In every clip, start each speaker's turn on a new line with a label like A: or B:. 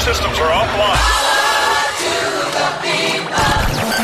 A: systems are offline.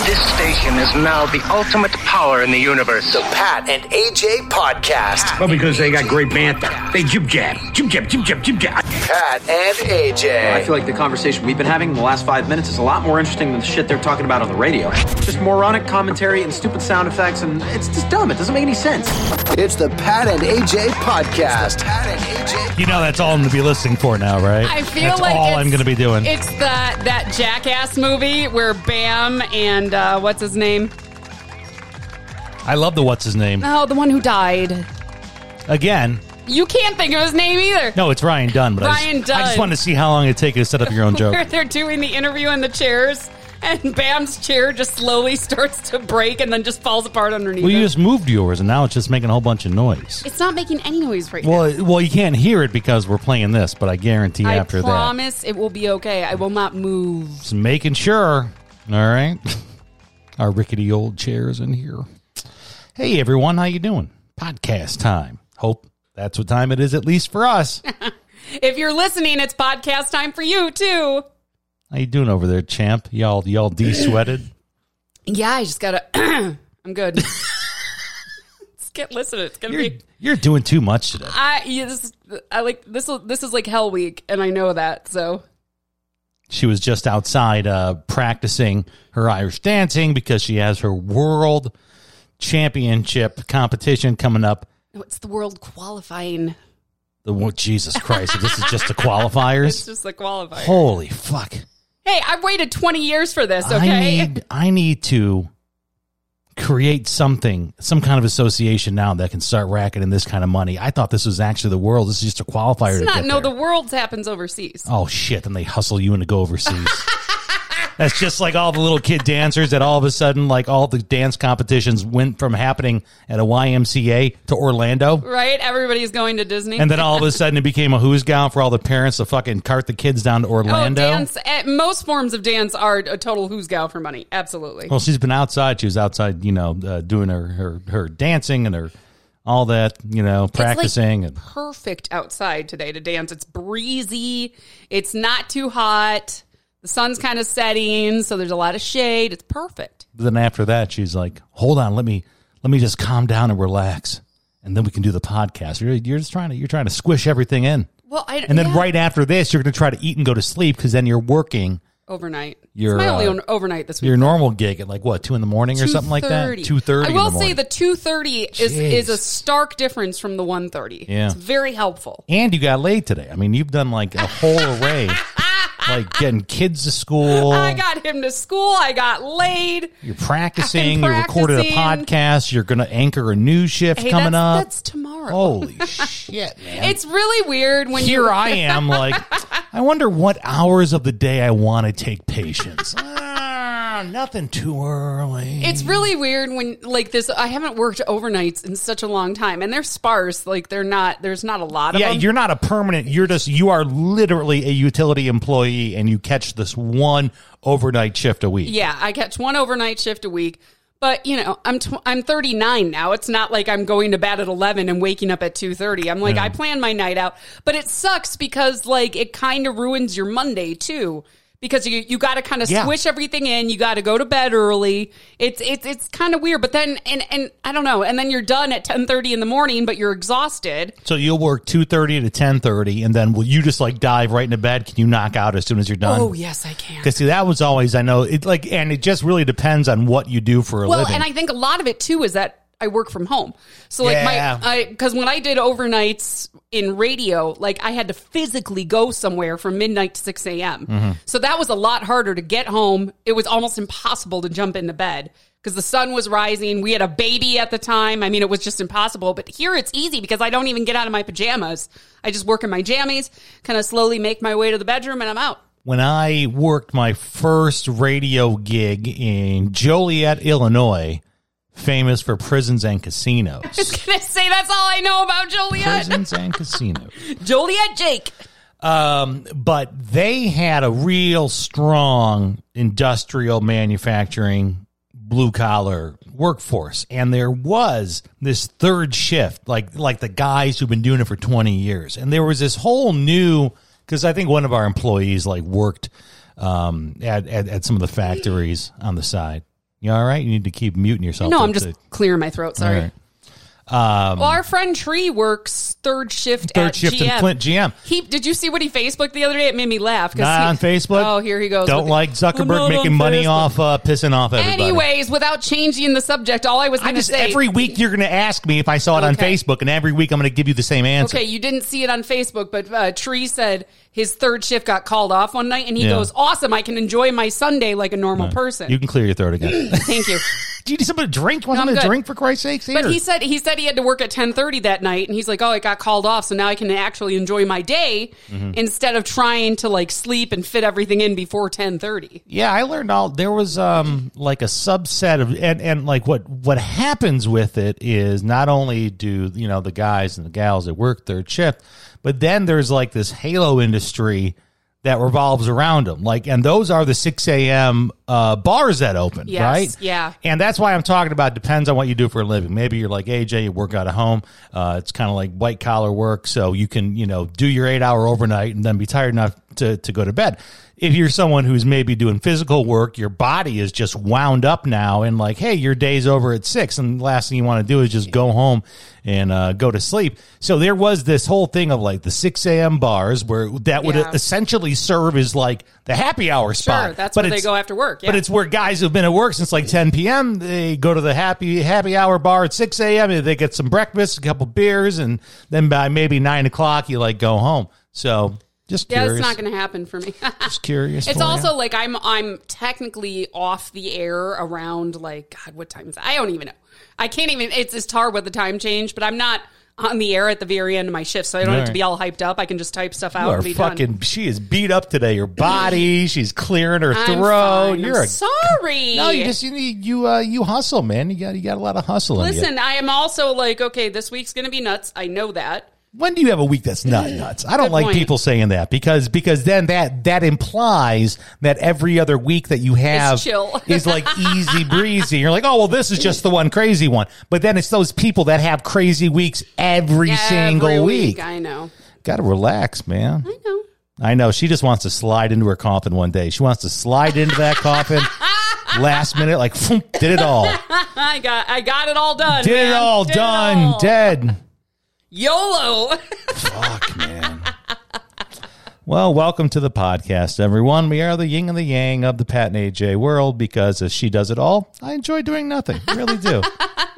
B: This station is now the ultimate power in the universe.
C: The Pat and AJ Podcast.
D: Well, because they got great banter. They jib jab, jib jab, jib jab, jib jab.
C: Pat and
E: I
C: AJ.
E: feel like the conversation we've been having in the last five minutes is a lot more interesting than the shit they're talking about on the radio. Just moronic commentary and stupid sound effects, and it's just dumb. It doesn't make any sense.
C: It's the Pat and AJ Podcast. Pat and AJ.
F: You know that's all I'm going to be listening for now, right?
G: I feel
F: that's
G: like
F: all
G: it's-
F: I'm going to be doing.
G: It's the that jackass movie where Bam and uh, what's his name?
F: I love the what's his name
G: Oh, the one who died.
F: again.
G: You can't think of his name either.
F: No, it's Ryan Dunn. But I
G: Ryan
F: just, I just
G: Dunn.
F: wanted to see how long it take you to set up your own
G: Where
F: joke.
G: they're doing the interview in the chairs, and Bam's chair just slowly starts to break and then just falls apart underneath.
F: Well, you
G: it.
F: just moved yours, and now it's just making a whole bunch of noise.
G: it's not making any noise right
F: Well,
G: now.
F: it- well, you can't hear it because we're playing this, but I guarantee
G: I
F: after that,
G: promise it will be okay. I will not move.
F: just making sure. All right, our rickety old chairs in here. Hey everyone, how you doing? Podcast time. Hope that's what time it is, at least for us.
G: If you're listening, it's podcast time for you too.
F: How you doing over there, champ? Y'all, y'all de-sweated.
G: Yeah, I just gotta. I'm good. Just get listening. It's gonna
F: You're
G: be.
F: you're doing too much today.
G: I yes, I like this. will- This is like Hell Week, and I know that. So
F: She was just outside uh, practicing her Irish dancing because she has her world championship competition coming up.
G: no, it's the world qualifying.
F: The wo- Jesus Christ! if this is just the
G: It's
F: qualifiers.
G: just the qualifier.
F: Holy fuck!
G: Hey, I've waited 20 years for this.
F: I
G: Okay,
F: need I need to create something, some kind of association now that can start racketing this kind of money. I thought this was actually the world. This is just a
G: Let's
F: qualifier. to
G: not
F: get
G: know
F: there.
G: the world's happens overseas.
F: Oh shit! Then they hustle you into go overseas. That's just like all the little kid dancers that all of a sudden, like all the dance competitions went from happening at a YMCA to Orlando,
G: Right? Everybody's going to Disney.
F: and then all of a sudden it became a who's gown for all the parents to fucking cart the kids down to
G: oh,
F: Orlando.
G: dance. eh, most forms of dance are a total who's gal for money. Absolutely.
F: Well, she's been outside. She was outside, you know, uh, doing her, her her dancing and her all that, you know, practicing
G: It's
F: and
G: like perfect outside today to dance. It's breezy. It's not too hot. The sun's kind of setting, so there's a lot of shade. It's perfect.
F: then after that she's like hold on let me let me just calm down and relax and then we can do the podcast you're, you're just trying to you're trying to squish everything in
G: Well, I
F: and then
G: yeah,
F: right after this you're going to try to eat and go to sleep because then you're working
G: overnight.
F: Your,
G: it's my only
F: uh,
G: on- overnight this week.
F: your normal gig at like what two in the morning or something like that
G: 2:30.
F: two thirty
G: I will say the two thirty is
F: Jeez.
G: is a stark difference from the one thirty.
F: Yeah.
G: it's very helpful.
F: and you got laid today I mean you've done like a whole array like getting kids to school
G: I got him to school. I got laid.
F: you're practicing,
G: I'm
F: you recorded a
G: practicing.
F: podcast you're going to anchor a new shift
G: Hey,
F: coming
G: that's,
F: up
G: that's tomorrow.
F: holy shit man
G: it's really weird when
F: here
G: you,
F: I am, like, I wonder what hours of the day I want to take patients. Ah, nothing too early.
G: It's really weird when like this. I haven't worked overnights in such a long time, and they're sparse. Like they're not. There's not a lot of
F: yeah,
G: them.
F: you're not a permanent. You're just you are literally a utility employee, and you catch this one overnight shift a week.
G: yeah, I catch one overnight shift a week. But you know, I'm tw- I'm 39 now. It's not like I'm going to bed at 11 and waking up at 2:30. I'm like I plan my night out, but it sucks because like it kind of ruins your Monday too. Because you, you got to kind of
F: Yeah.
G: swish everything in. You got to go to bed early. It's it's it's kind of weird. But then and and I don't know. And then you're done at 10:30 in the morning, but you're exhausted.
F: So you'll work two thirty to ten thirty, and then will you just like dive right into bed? Can you knock out as soon as you're done?
G: Oh yes, I can.
F: Because see, that was always I know it like, and it just really depends on what you do for a
G: Well,
F: living.
G: and I think a lot of it too is that I work from home. So like
F: Yeah.
G: my because when I did overnights in radio, like I had to physically go somewhere from midnight to six a.m.
F: Mm-hmm.
G: So that was a lot harder to get home. It was almost impossible to jump into bed because the sun was rising. We had a baby at the time. I mean, it was just impossible. But here it's easy because I don't even get out of my pajamas. I just work in my jammies, kind of slowly make my way to the bedroom, and I'm out.
F: when I worked my first radio gig in Joliet, Illinois, famous for prisons and casinos.
G: Can I say that's all I know about Joliet?
F: prisons and casinos.
G: Joliet Jake.
F: Um, but they had a real strong industrial manufacturing blue collar workforce and there was this third shift like like the guys who've been doing it for 20 years and there was this whole new because I think one of our employees like worked um, at, at at some of the factories on the side. You all right? You need to keep muting yourself.
G: No,
F: up
G: I'm just
F: to-
G: clearing my throat. Sorry.
F: All right.
G: well, our friend Tree works third shift
F: Third
G: at
F: shift
G: GM.
F: in Flint GM.
G: He did you see what he Facebooked the other day? It made me laugh. 'cause
F: Not
G: he-
F: on Facebook.
G: Oh, here he goes.
F: Don't
G: with the-
F: like
G: I'm not
F: Zuckerberg
G: on
F: making money
G: Facebook.
F: off uh, pissing off everybody.
G: Anyways, without changing the subject, all I was
F: I
G: going to
F: just
G: say
F: every week you're going to ask me if I saw it on
G: Okay.
F: Facebook, and every week I'm going to give you the same answer.
G: Okay, you didn't see it on Facebook, but uh, Tree said his third shift got called off one night, and he
F: Yeah.
G: goes, "Awesome! I can enjoy my Sunday like a normal person."
F: You can clear your throat again.
G: Thank you.
F: Do you need somebody to drink? Want
G: I'm
F: somebody to
G: good.
F: drink for Christ's sakes? Here.
G: But he said he said he had to work at ten thirty that night, and he's like, "Oh, it got called off, so now I can actually enjoy my day
F: Mm-hmm.
G: instead of trying to like sleep and fit everything in before ten thirty.
F: Yeah, I learned all there was um like a subset of and and like what what happens with it is not only do you know the guys and the gals that work their shift, but then there's like this halo industry that revolves around them. Like, and those are the six a.m. Uh, bars that open,
G: Yes,
F: right?
G: yeah.
F: And that's why I'm talking about depends on what you do for a living. Maybe you're like AJ, you work out of home. Uh, it's kind of like white collar work. So you can, you know, do your eight hour overnight and then be tired enough to, to go to bed. If you're someone who's maybe doing physical work, your body is just wound up now and like, hey, your day's over at six. And the last thing you want to do is just go home and uh, go to sleep. So there was this whole thing of like the 6 a.m. bars where that would
G: Yeah.
F: essentially serve as like the happy hour spot.
G: Sure, that's
F: But
G: where they
F: it's-
G: go after work. Yeah.
F: but it's where guys who've been at work since like 10 p.m. They go to the happy happy hour bar at 6 a.m. and they get some breakfast, a couple beers, and then by maybe nine o'clock you like go home. So just
G: yeah,
F: curious, Oh,
G: it's not going to happen for me.
F: just curious.
G: It's
F: for ya.
G: also like I'm I'm technically off the air around like God, what time is it? I don't even know. I can't even. It's it's hard with the time change, but I'm not on the air at the very end of my shift, so I don't have to
F: Right.
G: be all hyped up. I can just type stuff
F: you
G: out
F: are
G: and be
F: fucking.
G: done.
F: She is beat up today. Her body, she's clearing her
G: I'm
F: throat.
G: fine.
F: You're
G: I'm
F: a
G: sorry.
F: no. You just you need you uh, you hustle, man. You got you got a lot of hustle. in ya.
G: listen. I am also like okay, this week's gonna be nuts. I know that.
F: when do you have a week that's not nuts? I don't
G: Good
F: like
G: point.
F: people saying that because because then that that implies that every other week that you have
G: chill.
F: is like easy breezy. You're like, oh well, this is just the one crazy one. But then it's those people that have crazy weeks every,
G: Every
F: single week.
G: I know.
F: Got to relax, man.
G: I know.
F: I know she just wants to slide into her coffin one day. She wants to slide into that coffin last minute, like did it all,
G: I got I got it all done.
F: did it
G: man.
F: all,
G: Did it
F: done,
G: all.
F: dead.
G: YOLO.
F: Fuck, man. Well, welcome to the podcast, everyone. We are the yin and the yang of the Pat and AJ world because as she does it all, I enjoy doing nothing. I really do.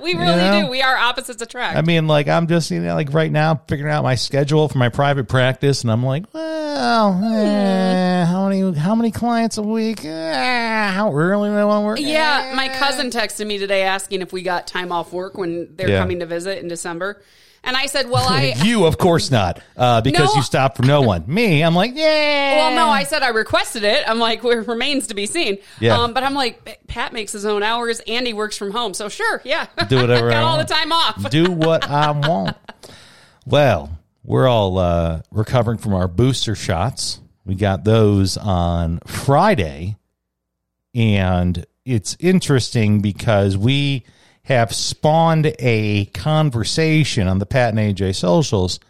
G: we really
F: know?
G: do. We are opposites attract.
F: I mean, like, I'm just, you know, like right now figuring out my schedule for my private practice, and I'm like, well, eh, how many how many clients a week? Eh, how early do I want to work?
G: Yeah, my cousin texted me today asking if we got time off work when they're
F: Yeah.
G: coming to visit in December. And I said, Well, I.
F: You, of course not, uh, because
G: No.
F: you stop for no one. Me, I'm like, yeah.
G: Well, no, I said I requested it. I'm like, it remains to be seen.
F: Yeah.
G: Um, but I'm like, Pat makes his own hours and he works from home. So sure, yeah.
F: do whatever
G: Got
F: I
G: all the
F: want.
G: time off.
F: do what I want. Well, we're all uh, recovering from our booster shots. We got those on Friday, and it's interesting because we have spawned a conversation on the Pat and AJ socials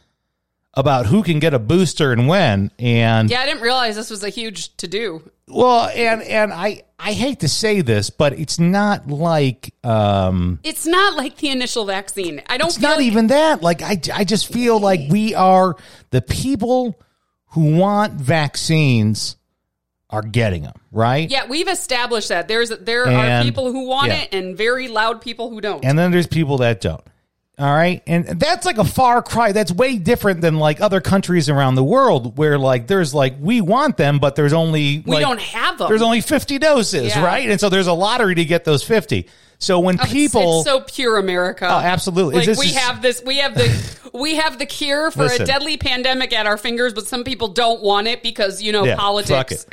F: about who can get a booster and when. And
G: Yeah, I didn't realize this was a huge to do.
F: well, and and I I hate to say this, but it's not like um,
G: It's not like the initial vaccine. I don't
F: it's
G: feel
F: not
G: like-
F: even that. Like I, I just feel like we are the people who want vaccines are getting them right.
G: Yeah, we've established that there's there are
F: And-
G: people who want
F: yeah.
G: it and very loud people who don't.
F: And then there's people that don't. All right. And that's like a far cry. That's way different than like other countries around the world where like there's like we want them, but there's only
G: We
F: like,
G: don't have 'em.
F: There's only fifty doses,
G: Yeah.
F: right? And so there's a lottery to get those fifty. So when
G: Oh, It's-
F: people
G: it's, so pure america
F: Oh, absolutely.
G: like
F: This
G: we
F: is-
G: have this we have the we have the cure for
F: Listen.
G: a deadly pandemic at our fingers but some people don't want it because you know
F: Yeah,
G: politics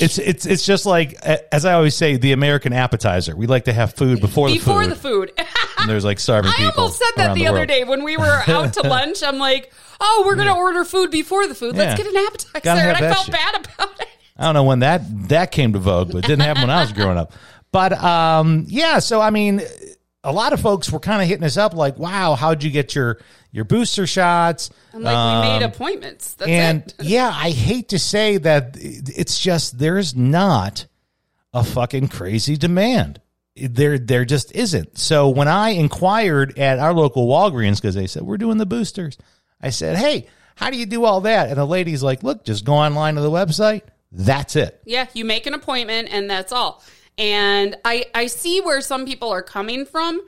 F: It's it's it's just like a- as I always say, the American appetizer. We like to have food before the
G: before
F: food.
G: the food
F: And there's like starving
G: i
F: people.
G: almost said that
F: around
G: the, other
F: world.
G: day when we were out to lunch i'm like oh we're gonna order food before the food let's
F: Yeah.
G: get an appetizer
F: Gotta have
G: and i
F: that
G: felt
F: shit.
G: bad about it
F: I don't know when that that came to vogue, but it didn't happen when I was growing up. But um, yeah, so I mean, a lot of folks were kind of hitting us up like, "Wow, how'd you get your your booster shots?"
G: I'm like, we made appointments. That's
F: Um, and
G: it.
F: yeah, I hate to say that it- it's just there's not a fucking crazy demand. There, there just isn't. So when I inquired at our local Walgreens because they said we're doing the boosters, I said, "Hey, how do you do all that?" And the lady's like, "Look, just go online to the website. That's it."
G: Yeah, you make an appointment and that's all. And I I see where some people are coming from,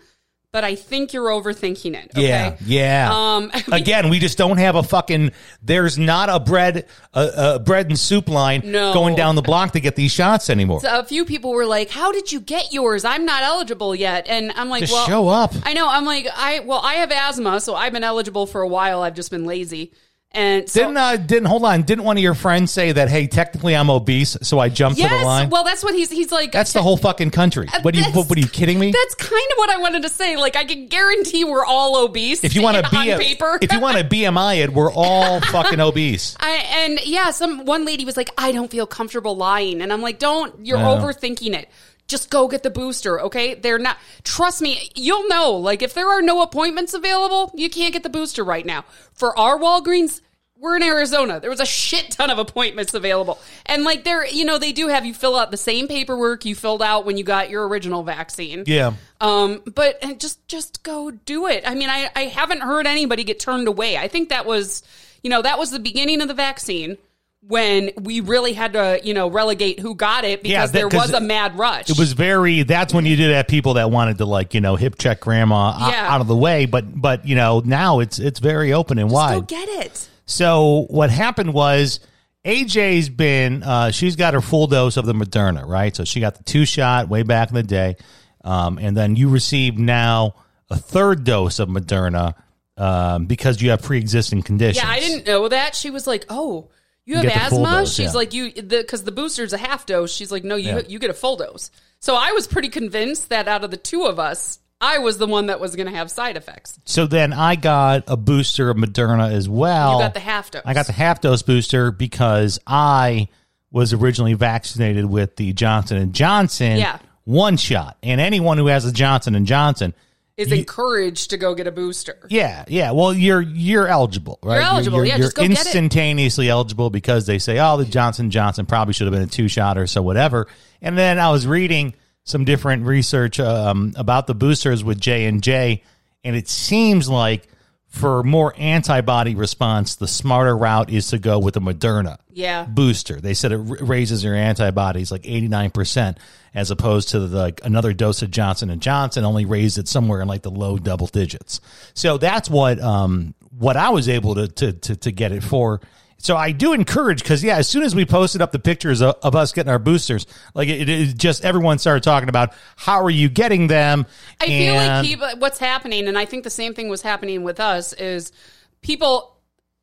G: but I think you're overthinking it. Okay?
F: Yeah, yeah.
G: Um,
F: Again, we just don't have a fucking. There's not a bread, a, a bread and soup line
G: No.
F: going down the block to get these shots anymore.
G: a few people were like, "How did you get yours? I'm not eligible yet." And I'm like,
F: Just
G: "Well,
F: show up."
G: I know. I'm like, I well, I have asthma, so I've been eligible for a while. I've just been lazy. And so,
F: Didn't uh, didn't hold on? Didn't one of your friends say that? Hey, technically I'm obese, so I jumped to the
G: yes,
F: line.
G: well, that's what he's he's like.
F: that's the whole fucking country. What are you? What, what are you kidding me?
G: That's kind of what I wanted to say. Like, I can guarantee we're all obese.
F: If you want to
G: on
F: be a,
G: paper,
F: if you want to BMI it, we're all fucking obese.
G: I, and yeah, some one lady was like, "I don't feel comfortable lying," and I'm like, "Don't! You're
F: Yeah.
G: overthinking it. Just go get the booster, okay? They're not. Trust me, you'll know. Like, if there are no appointments available, you can't get the booster right now. For our Walgreens, we're in Arizona. There was a shit ton of appointments available, and like, there, you know, they do have you fill out the same paperwork you filled out when you got your original vaccine.
F: Yeah.
G: Um, but and just just go do it. I mean, I I haven't heard anybody get turned away. I think that was, you know, that was the beginning of the vaccine when we really had to, you know, relegate who got it because
F: Yeah, that-
G: there
F: 'cause
G: was a mad rush.
F: It was very. That's when you did have people that wanted to like you know hip check grandma o-
G: Yeah.
F: out of the way, but but you know now it's it's very open and
G: go
F: wide.
G: get it.
F: So what happened was AJ's been uh, she's got her full dose of the Moderna, right? So she got the two shot way back in the day, um, and then you receive now a third dose of Moderna um, because you have pre existing conditions.
G: Yeah, I didn't know that. She was like, "Oh, you have
F: get the full
G: asthma."
F: dose,
G: She's
F: yeah.
G: like, "You because the, booster's a half dose." She's like, "No, you you get a full dose." So I was pretty convinced that out of the two of us, I was the one that was going to have side effects.
F: So then I got a booster of Moderna as well.
G: You got the half dose.
F: Oh, I got the half dose booster because I was originally vaccinated with the Johnson and Johnson
G: Yeah.
F: one shot, and anyone who has a Johnson and Johnson.
G: is encouraged to go get a booster.
F: Yeah, yeah. Well, you're you're eligible, right?
G: eligible, yeah, just go get it.
F: instantaneously eligible because they say, oh, the Johnson Johnson probably should have been a two shot or so, whatever. And then I was reading some different research um, about the boosters with J and J, and it seems like for more antibody response, the smarter route is to go with the Moderna
G: Yeah.
F: booster. They said it r- raises your antibodies like 89% as opposed to the, like another dose of Johnson and Johnson only raised it somewhere in like the low double digits. So that's what um what I was able to to to, to get it for. So I do encourage because yeah, as soon as we posted up the pictures of, of us getting our boosters, like it, it just everyone started talking about how are you getting them.
G: I feel like
F: and-
G: people, what's happening, and I think the same thing was happening with us, is people.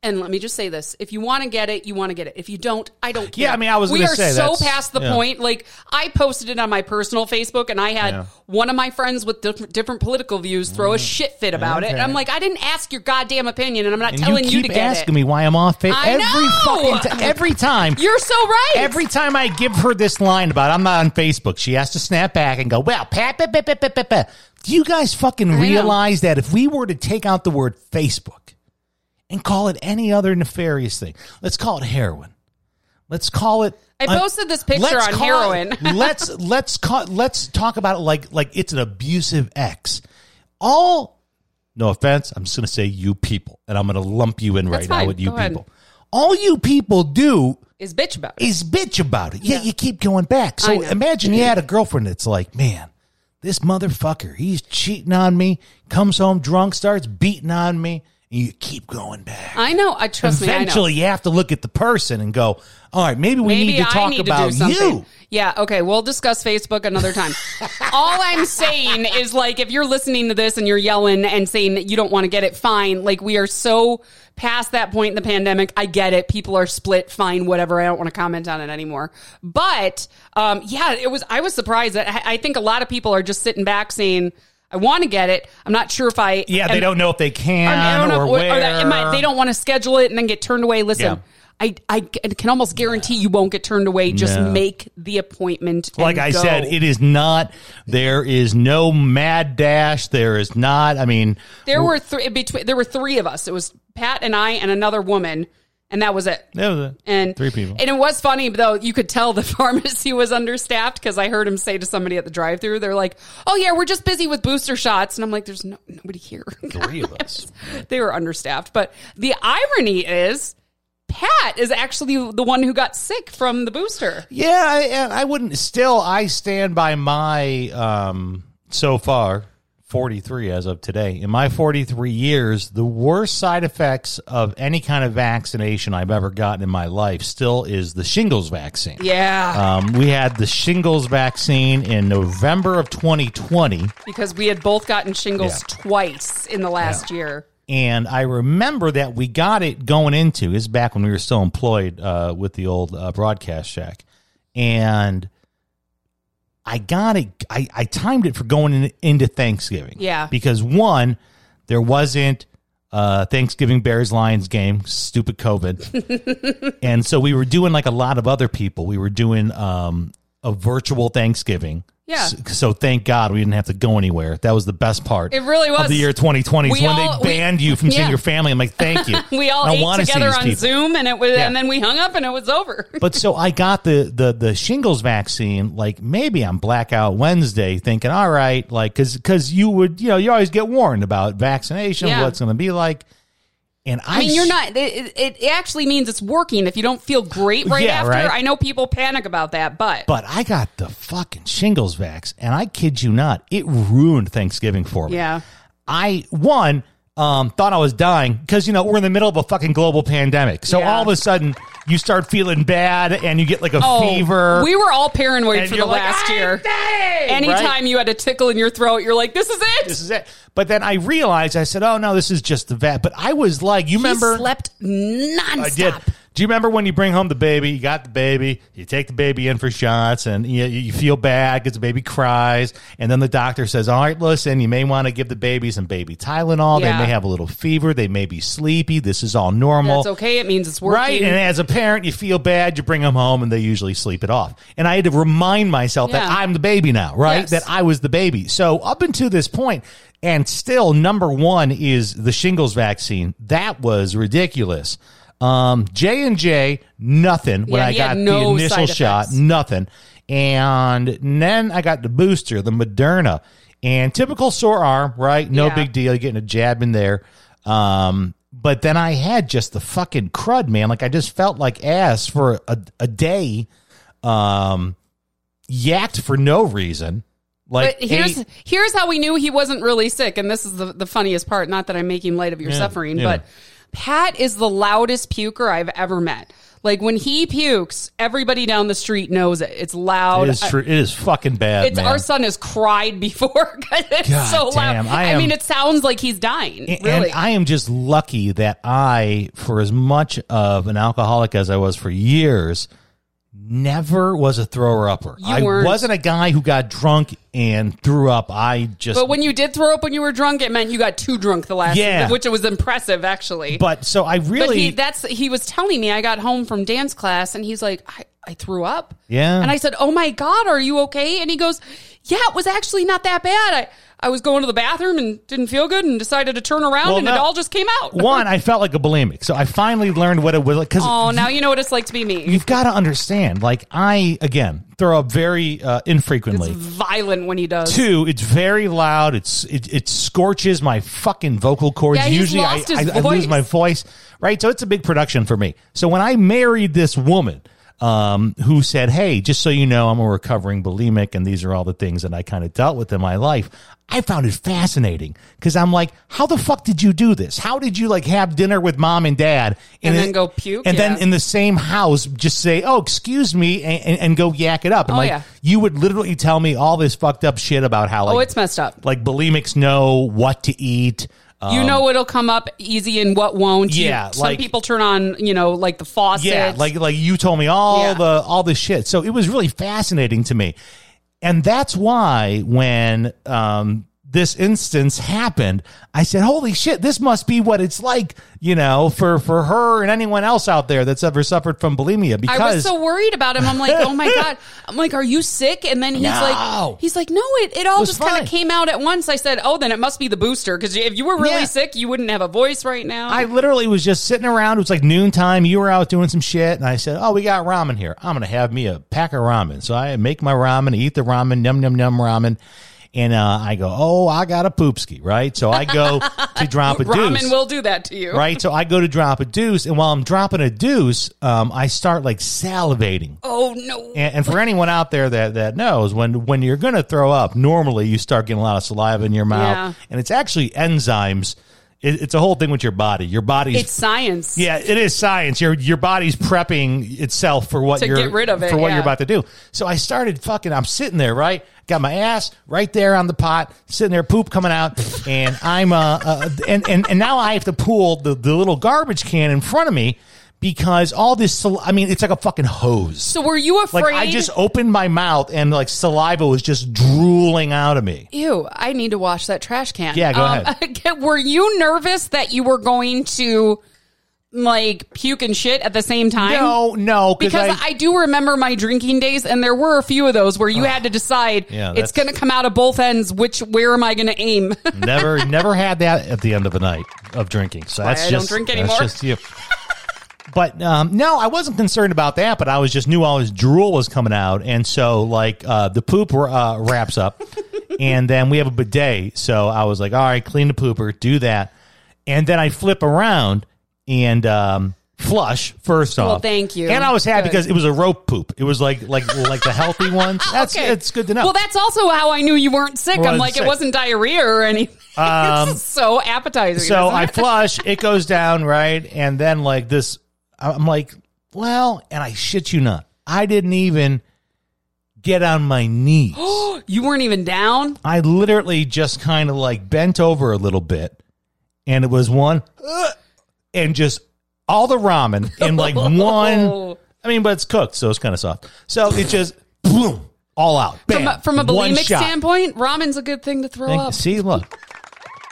G: And let me just say this: if you want to get it, you want to get it. If you don't, I don't care.
F: Yeah, I mean, I was
G: we
F: gonna
G: are
F: say
G: so
F: that's-
G: past the
F: yeah.
G: point. Like I posted it on my personal Facebook, and I had
F: Yeah. Mm.
G: one of my friends with different, different political views throw a shit fit about it. And I'm like, I didn't ask your goddamn opinion, and I'm not
F: and you
G: telling you,
F: keep
G: to get
F: asking
G: it.
F: me why I'm off fa-
G: I
F: every
G: know!
F: fucking t- every time.
G: You're so right.
F: Every time I give her this line about I'm not on Facebook, she has to snap back and go, "Well, pa, pa, pa, pa, pa, pa, pa." do you guys fucking realize that if we were to take out the word Facebook and call it any other nefarious thing, let's call it heroin. Let's call it.
G: I posted this picture
F: let's
G: on
F: call
G: heroin.
F: It, let's let's call, let's talk about it like like it's an abusive ex. All no offense, I'm just going to say you people, and I'm going to lump you in right
G: That's
F: now
G: fine.
F: with you
G: Go
F: people.
G: ahead.
F: All you people do
G: is bitch about it.
F: is bitch about it. Yeah, you keep going
G: I
F: back. So
G: know.
F: imagine you had a girlfriend that's like, man, this motherfucker, he's cheating on me, comes home drunk, starts beating on me, and you keep going back.
G: I know. I trust me. I know.
F: Eventually, you have to look at the person and go, all right, maybe we need to talk about you.
G: Yeah, okay, we'll discuss Facebook another time. All I'm saying is like if you're listening to this and you're yelling and saying that you don't want to get it, fine. Like we are so past that point in the pandemic. I get it. People are split, fine, whatever. I don't want to comment on it anymore. But um, yeah, it was I was surprised that I, I think a lot of people are just sitting back saying, I want to get it. I'm not sure if I
F: Yeah, they
G: am-
F: don't know if they can
G: I mean, I don't
F: or
G: know, or,
F: where.
G: or that- am I- they don't want to schedule it and then get turned away. Listen,
F: Yeah.
G: I, I can almost guarantee you won't get turned away. Just
F: No.
G: make the appointment. and
F: like I
G: go.
F: said, it is not. There is no mad dash. There is not. I mean,
G: there were three between. There were three of us. It was Pat and I and another woman, and that was it.
F: that was it.
G: And
F: three people.
G: And it was funny though. You could tell the pharmacy was understaffed because I heard him say to somebody at the drive-through, "They're like, oh yeah, we're just busy with booster shots," and I'm like, "There's no nobody here."
F: three of us.
G: they were understaffed. But the irony is, Pat is actually the one who got sick from the booster.
F: Yeah, I, and I wouldn't. Still, I stand by my um, so far forty three as of today. In my forty three years, the worst side effects of any kind of vaccination I've ever gotten in my life still is the shingles vaccine.
G: Yeah,
F: Um, we had the shingles vaccine in November of 2020.
G: because we had both gotten shingles
F: Yeah.
G: twice in the last year.
F: and I remember that we got it going into is back when we were still employed uh, with the old uh, broadcast shack, and I got it. I, I timed it for going in, into Thanksgiving.
G: Yeah.
F: because one, there wasn't uh, Thanksgiving Bears Lions game. Stupid COVID, and so we were doing like a lot of other people. We were doing um, a virtual Thanksgiving.
G: Yeah.
F: So, so thank God we didn't have to go anywhere. That was the best part.
G: It really
F: Of
G: was.
F: the year 2020 is
G: We
F: when
G: all-
F: they
G: we-
F: banned you from seeing
G: yeah.
F: your family. I'm like, thank you.
G: We all
F: I
G: ate
F: wanna see
G: together
F: these
G: on
F: people.
G: Zoom, and it was,
F: Yeah.
G: and then we hung up, and it was over.
F: But so I got the the the shingles vaccine. Like maybe on blackout Wednesday, thinking, all right, like because because you would you know you always get warned about vaccination,
G: Yeah.
F: what it's going to be like. And I,
G: I mean, you're
F: s-
G: not. It, it- it actually means it's working. If you don't feel great right
F: Yeah,
G: after,
F: right.
G: I know people panic about that, but,
F: But I got the fucking shingles vax, and I kid you not, it ruined Thanksgiving for me.
G: yeah,
F: I one um, thought I was dying because you know we're in the middle of a fucking global pandemic. So
G: Yeah.
F: all of a sudden you start feeling bad and you get like a Oh. fever.
G: Oh, We were all paranoid
F: And
G: for
F: you're
G: the
F: like,
G: last
F: "I'm
G: year.
F: dying!"
G: Anytime
F: Right?
G: you had a tickle in your throat, you're like, "This is it."
F: this is it. But then I realized I said, "Oh no, this is just the vet." But I was like, "You remember?"
G: He slept
F: I
G: nonstop.
F: did. Do you remember when you bring home the baby? You got the baby. You take the baby in for shots, and you, you feel bad because the baby cries. And then the doctor says, "All right, listen, you may want to give the baby some baby Tylenol.
G: Yeah.
F: They may have a little fever. They may be sleepy. This is all normal.
G: That's okay. It means it's working.
F: Right. And as a parent, you feel bad. You bring them home and they usually sleep it off. And I had to remind myself that
G: Yeah.
F: I'm the baby now, right?
G: Yes.
F: That I was the baby. So up until this point, and still number one is the shingles vaccine. That was ridiculous. Um, J and J, nothing when
G: Yeah,
F: I
G: he had
F: got
G: no
F: the initial
G: side
F: shot,
G: effects.
F: nothing. And then I got the booster, the Moderna, and typical sore arm, right? No
G: Yeah.
F: big deal. You're getting a jab in there. Um, but then I had just the fucking crud, man. Like I just felt like ass for a, a day. Um, yacked for no reason. Like
G: But here's
F: ate-
G: here's how we knew he wasn't really sick, and this is the, the funniest part. Not that I'm making light of your suffering,
F: yeah.
G: but Pat is the loudest puker I've ever met. Like when he pukes, everybody down the street knows it. It's loud.
F: it is
G: I-
F: true. It is fucking bad.
G: it's
F: man.
G: our son has cried before because it's
F: God
G: so loud.
F: damn, I
G: I,
F: am-
G: mean, it sounds like he's dying.
F: And-
G: really,
F: And I am just lucky that I, for as much of an alcoholic as I was for years, never was a thrower upper. I
G: weren't.
F: wasn't a guy who got drunk and threw up. I just.
G: But when you did throw up when you were drunk, it meant you got too drunk the last,
F: Yeah.
G: which was impressive actually.
F: but so I really.
G: But he that's he was telling me I got home from dance class and he's like, I, I threw up.
F: Yeah.
G: And I said, Oh my God, are you okay? And he goes, Yeah, it was actually not that bad. I, I was going to the bathroom and didn't feel good and decided to turn around
F: Well,
G: and it
F: no.
G: all just came out.
F: one, I felt like a bulimic. So I finally learned what it was like. Cause
G: Oh, now you know what it's like to be me.
F: you've got to understand. Like, I, again, throw up very uh, infrequently.
G: Violent when he does.
F: Two, it's very loud. It's it, it scorches my fucking vocal cords.
G: Yeah, he's
F: Usually,
G: lost
F: I,
G: his
F: I, I lose
G: voice.
F: my voice. Right, so it's a big production for me. So when I married this woman, um, who said, "Hey, just so you know, I'm a recovering bulimic, and these are all the things that I kind of dealt with in my life." I found it fascinating because I'm like, "How the fuck did you do this? How did you like have dinner with mom and dad,
G: And then go puke?
F: and then
G: Yeah.
F: in the same house just say, "Oh, excuse me," and, and, and go yak it up? I'm
G: Oh,
F: like,
G: yeah.
F: you would literally tell me all this fucked up shit about how like
G: Oh, it's messed up.
F: like bulimics know what to eat. Um,
G: you know what'll come up easy and what won't. You-
F: Yeah,
G: some
F: like-
G: people turn on, you know, like the faucet.
F: yeah, like like you told me all
G: Yeah.
F: the all this shit. So it was really fascinating to me, and that's why when um this instance happened, I said, "Holy shit! This must be what it's like, you know, for for her and anyone else out there that's ever suffered from bulimia." Because
G: I was so worried about him. I'm like, oh my god. I'm like, are you sick? And then he's
F: No.
G: like, he's like, no, it, it all
F: was
G: just kind
F: fine.
G: of came out at once. I said, oh, then it must be the booster because if you were really
F: Yeah.
G: sick, you wouldn't have a voice right now.
F: I literally was just sitting around. It was like noontime. You were out doing some shit, and I said, "Oh, we got ramen here. I'm gonna have me a pack of ramen." So I make my ramen, eat the ramen, yum yum yum ramen, and uh, I go, "Oh, I got a poopski, right?" So I go to drop a
G: Ramen
F: deuce,
G: will do that to you.
F: right? So I go to drop a deuce, and while I'm dropping a deuce, um, I start like salivating.
G: Oh no.
F: And, and for anyone out there that that knows, when when you're going to throw up, normally you start getting a lot of saliva in your mouth,
G: Yeah.
F: and it's actually enzymes. It, it's a whole thing with your body. Your body's
G: it's science.
F: yeah, it is science. Your your body's prepping itself for what
G: To
F: you're
G: get rid of it,
F: for what
G: yeah.
F: you're about to do. So I started fucking. I'm sitting there, right? Got my ass right there on the pot, sitting there, poop coming out, and I'm uh, uh and, and and now I have to pull the the little garbage can in front of me because all this. sal- I mean, it's like a fucking hose.
G: So were you afraid?
F: Like I just opened my mouth and like saliva was just drooling out of me.
G: Ew, I need to wash that trash can. Um,
F: Yeah, go ahead.
G: Were you nervous that you were going to like puke and shit at the same time?
F: No, no,
G: Because I, do remember my drinking days, and there were a few of those where you had to decide
F: Yeah,
G: it's
F: that's-
G: going to come out of both ends. Which where am I going to aim?
F: never never had that at the end of a night of drinking. So that's
G: I don't
F: just
G: drink
F: that's
G: anymore.
F: just you. But um, no, I wasn't concerned about that. But I was just knew all his drool was coming out, and so like uh, the poop uh, wraps up, and then we have a bidet. So I was like, all right, clean the pooper, do that, and then I flip around and um, flush first off.
G: thank you.
F: And I was happy
G: Good.
F: because it was a rope poop. It was like like like the healthy ones. That's
G: Okay.
F: it's good to know.
G: well, that's also how I knew you weren't sick. I'm
F: Wasn't
G: like it
F: sick. Um,
G: wasn't diarrhea or anything. this is so appetizing.
F: so
G: isn't
F: I
G: it?
F: flush, it goes down, right? And then like this, I'm like, well, and I shit you not, I didn't even get on my knees.
G: you weren't even down.
F: I literally just kind of like bent over a little bit, and it was one, "Ugh," and just all the ramen in like one. I mean, but it's cooked, so it's kind of soft. So it just boom, all out.
G: From a,
F: Bam,
G: from a
F: one
G: bulimic
F: shot.
G: standpoint, ramen's a good thing to throw
F: Thank-
G: up.
F: See, look,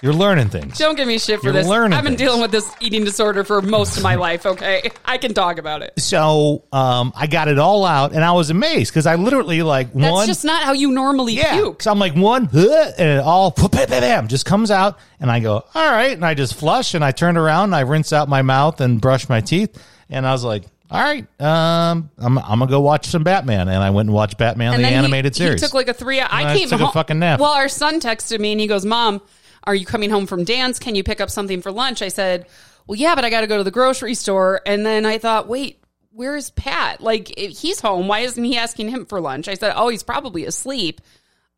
F: you're learning things.
G: Don't give me shit for
F: You're
G: this.
F: learning
G: I've been
F: things.
G: dealing with this eating disorder for most of my life, okay? I can talk about it.
F: So um, I got it all out, and I was amazed because I literally like
G: That's
F: one,
G: just not how you normally
F: yeah.
G: puke.
F: So I'm like one, "Huh," and it all bam, bam, bam, bam, just comes out, and I go, all right, and I just flush, and I turn around, and I rinse out my mouth and brush my teeth, and I was like, all right, um, I'm, I'm gonna go watch some Batman, and I went and watched Batman the
G: he-
F: animated
G: he,
F: series.
G: took like a three hour.
F: And
G: I
F: I
G: came
F: took a
G: home.
F: fucking nap.
G: Well, our son texted me and he goes, Mom, are you coming home from dance? Can you pick up something for lunch? I said, Well, yeah, but I got to go to the grocery store. And then I thought, Wait, where's Pat? Like, if he's home. Why isn't he asking him for lunch? I said, Oh, he's probably asleep.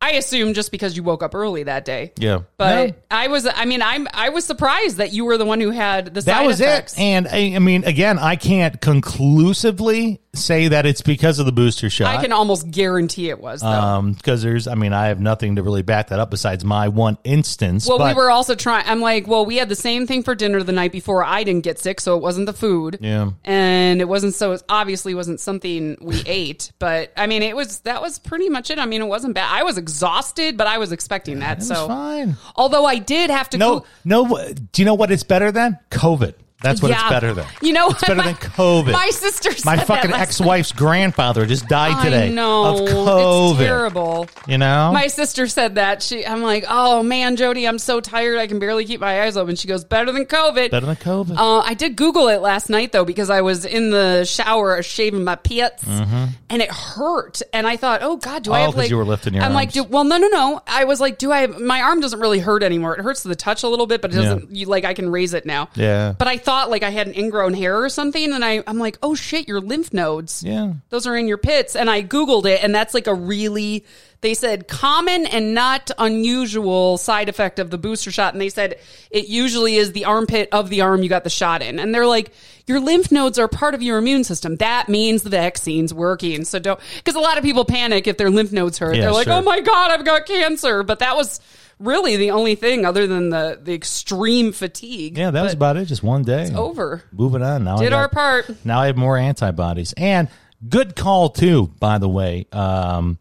G: I assume just because you woke up early that day.
F: Yeah.
G: But
F: No.
G: I was, I mean, I'm, I was surprised that you were the one who had the
F: that
G: side
F: was
G: effects.
F: it, and I, I mean, again, I can't conclusively say that it's because of the booster shot.
G: I can almost guarantee it was though.
F: um because there's i mean i have nothing to really back that up besides my one instance
G: Well,
F: but
G: we were also trying. I'm like, well, we had the same thing for dinner the night before. I didn't get sick, so it wasn't the food.
F: Yeah.
G: and it wasn't so. It obviously wasn't something we ate. But I mean, it was. That was pretty much it. I mean, it wasn't bad. I was exhausted, but I was expecting that.
F: it was
G: so
F: fine
G: although I did have to.
F: no
G: coo-
F: no do you know what it's better than covid that's what it's
G: Yeah.
F: better than
G: You know,
F: it's better
G: my-
F: than covid
G: My sister.
F: my
G: said that
F: fucking
G: last
F: ex-wife's grandfather just died
G: night.
F: today
G: I know.
F: of covid
G: It's terrible.
F: you know
G: My sister said that. She, I'm like, oh man, Jody, I'm so tired. I can barely keep my eyes open. She goes, better than COVID.
F: better than covid
G: Uh, I did Google it last night though because I was in the shower shaving my pits and it hurt and I thought, oh god, do I
F: Mm-hmm. Oh,
G: have
F: 'cause
G: like
F: you were lifting your
G: I'm like,
F: arms.
G: do, well, no, no, no. I was like, do I? Have, my arm doesn't really hurt anymore. It hurts to the touch a little bit, but it
F: Yeah.
G: doesn't. You, like I can raise it now.
F: Yeah.
G: But I thought like I had an ingrown hair or something, and I I'm like, oh shit, your lymph nodes.
F: Yeah.
G: Those are in your pits, and I googled it, and that's like a really they said common and not unusual side effect of the booster shot, and they said it usually is the armpit of the arm you got the shot in, and they're like your lymph nodes are part of your immune system. That means the vaccine's working. So don't because a lot of people panic if their lymph nodes hurt.
F: Yeah,
G: they're like,
F: sure.
G: oh my god, I've got cancer. But that was really the only thing other than the the extreme fatigue.
F: yeah that was about it just one day
G: over.
F: moving on now I
G: Did
F: got-
G: our part.
F: Now I have more antibodies. And good call too, by the way. Um,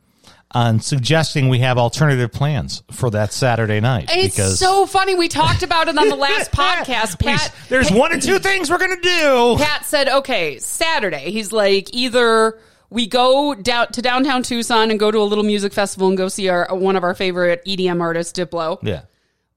F: on suggesting we have alternative plans for that Saturday night.
G: It's so funny. We talked about it on the last podcast.
F: We-
G: Pat,
F: there's one of two things we're gonna do.
G: Pat said, okay, Saturday. He's like, either we go down to downtown Tucson and go to a little music festival and go see our one of our favorite EDM artists, Diplo.
F: Yeah,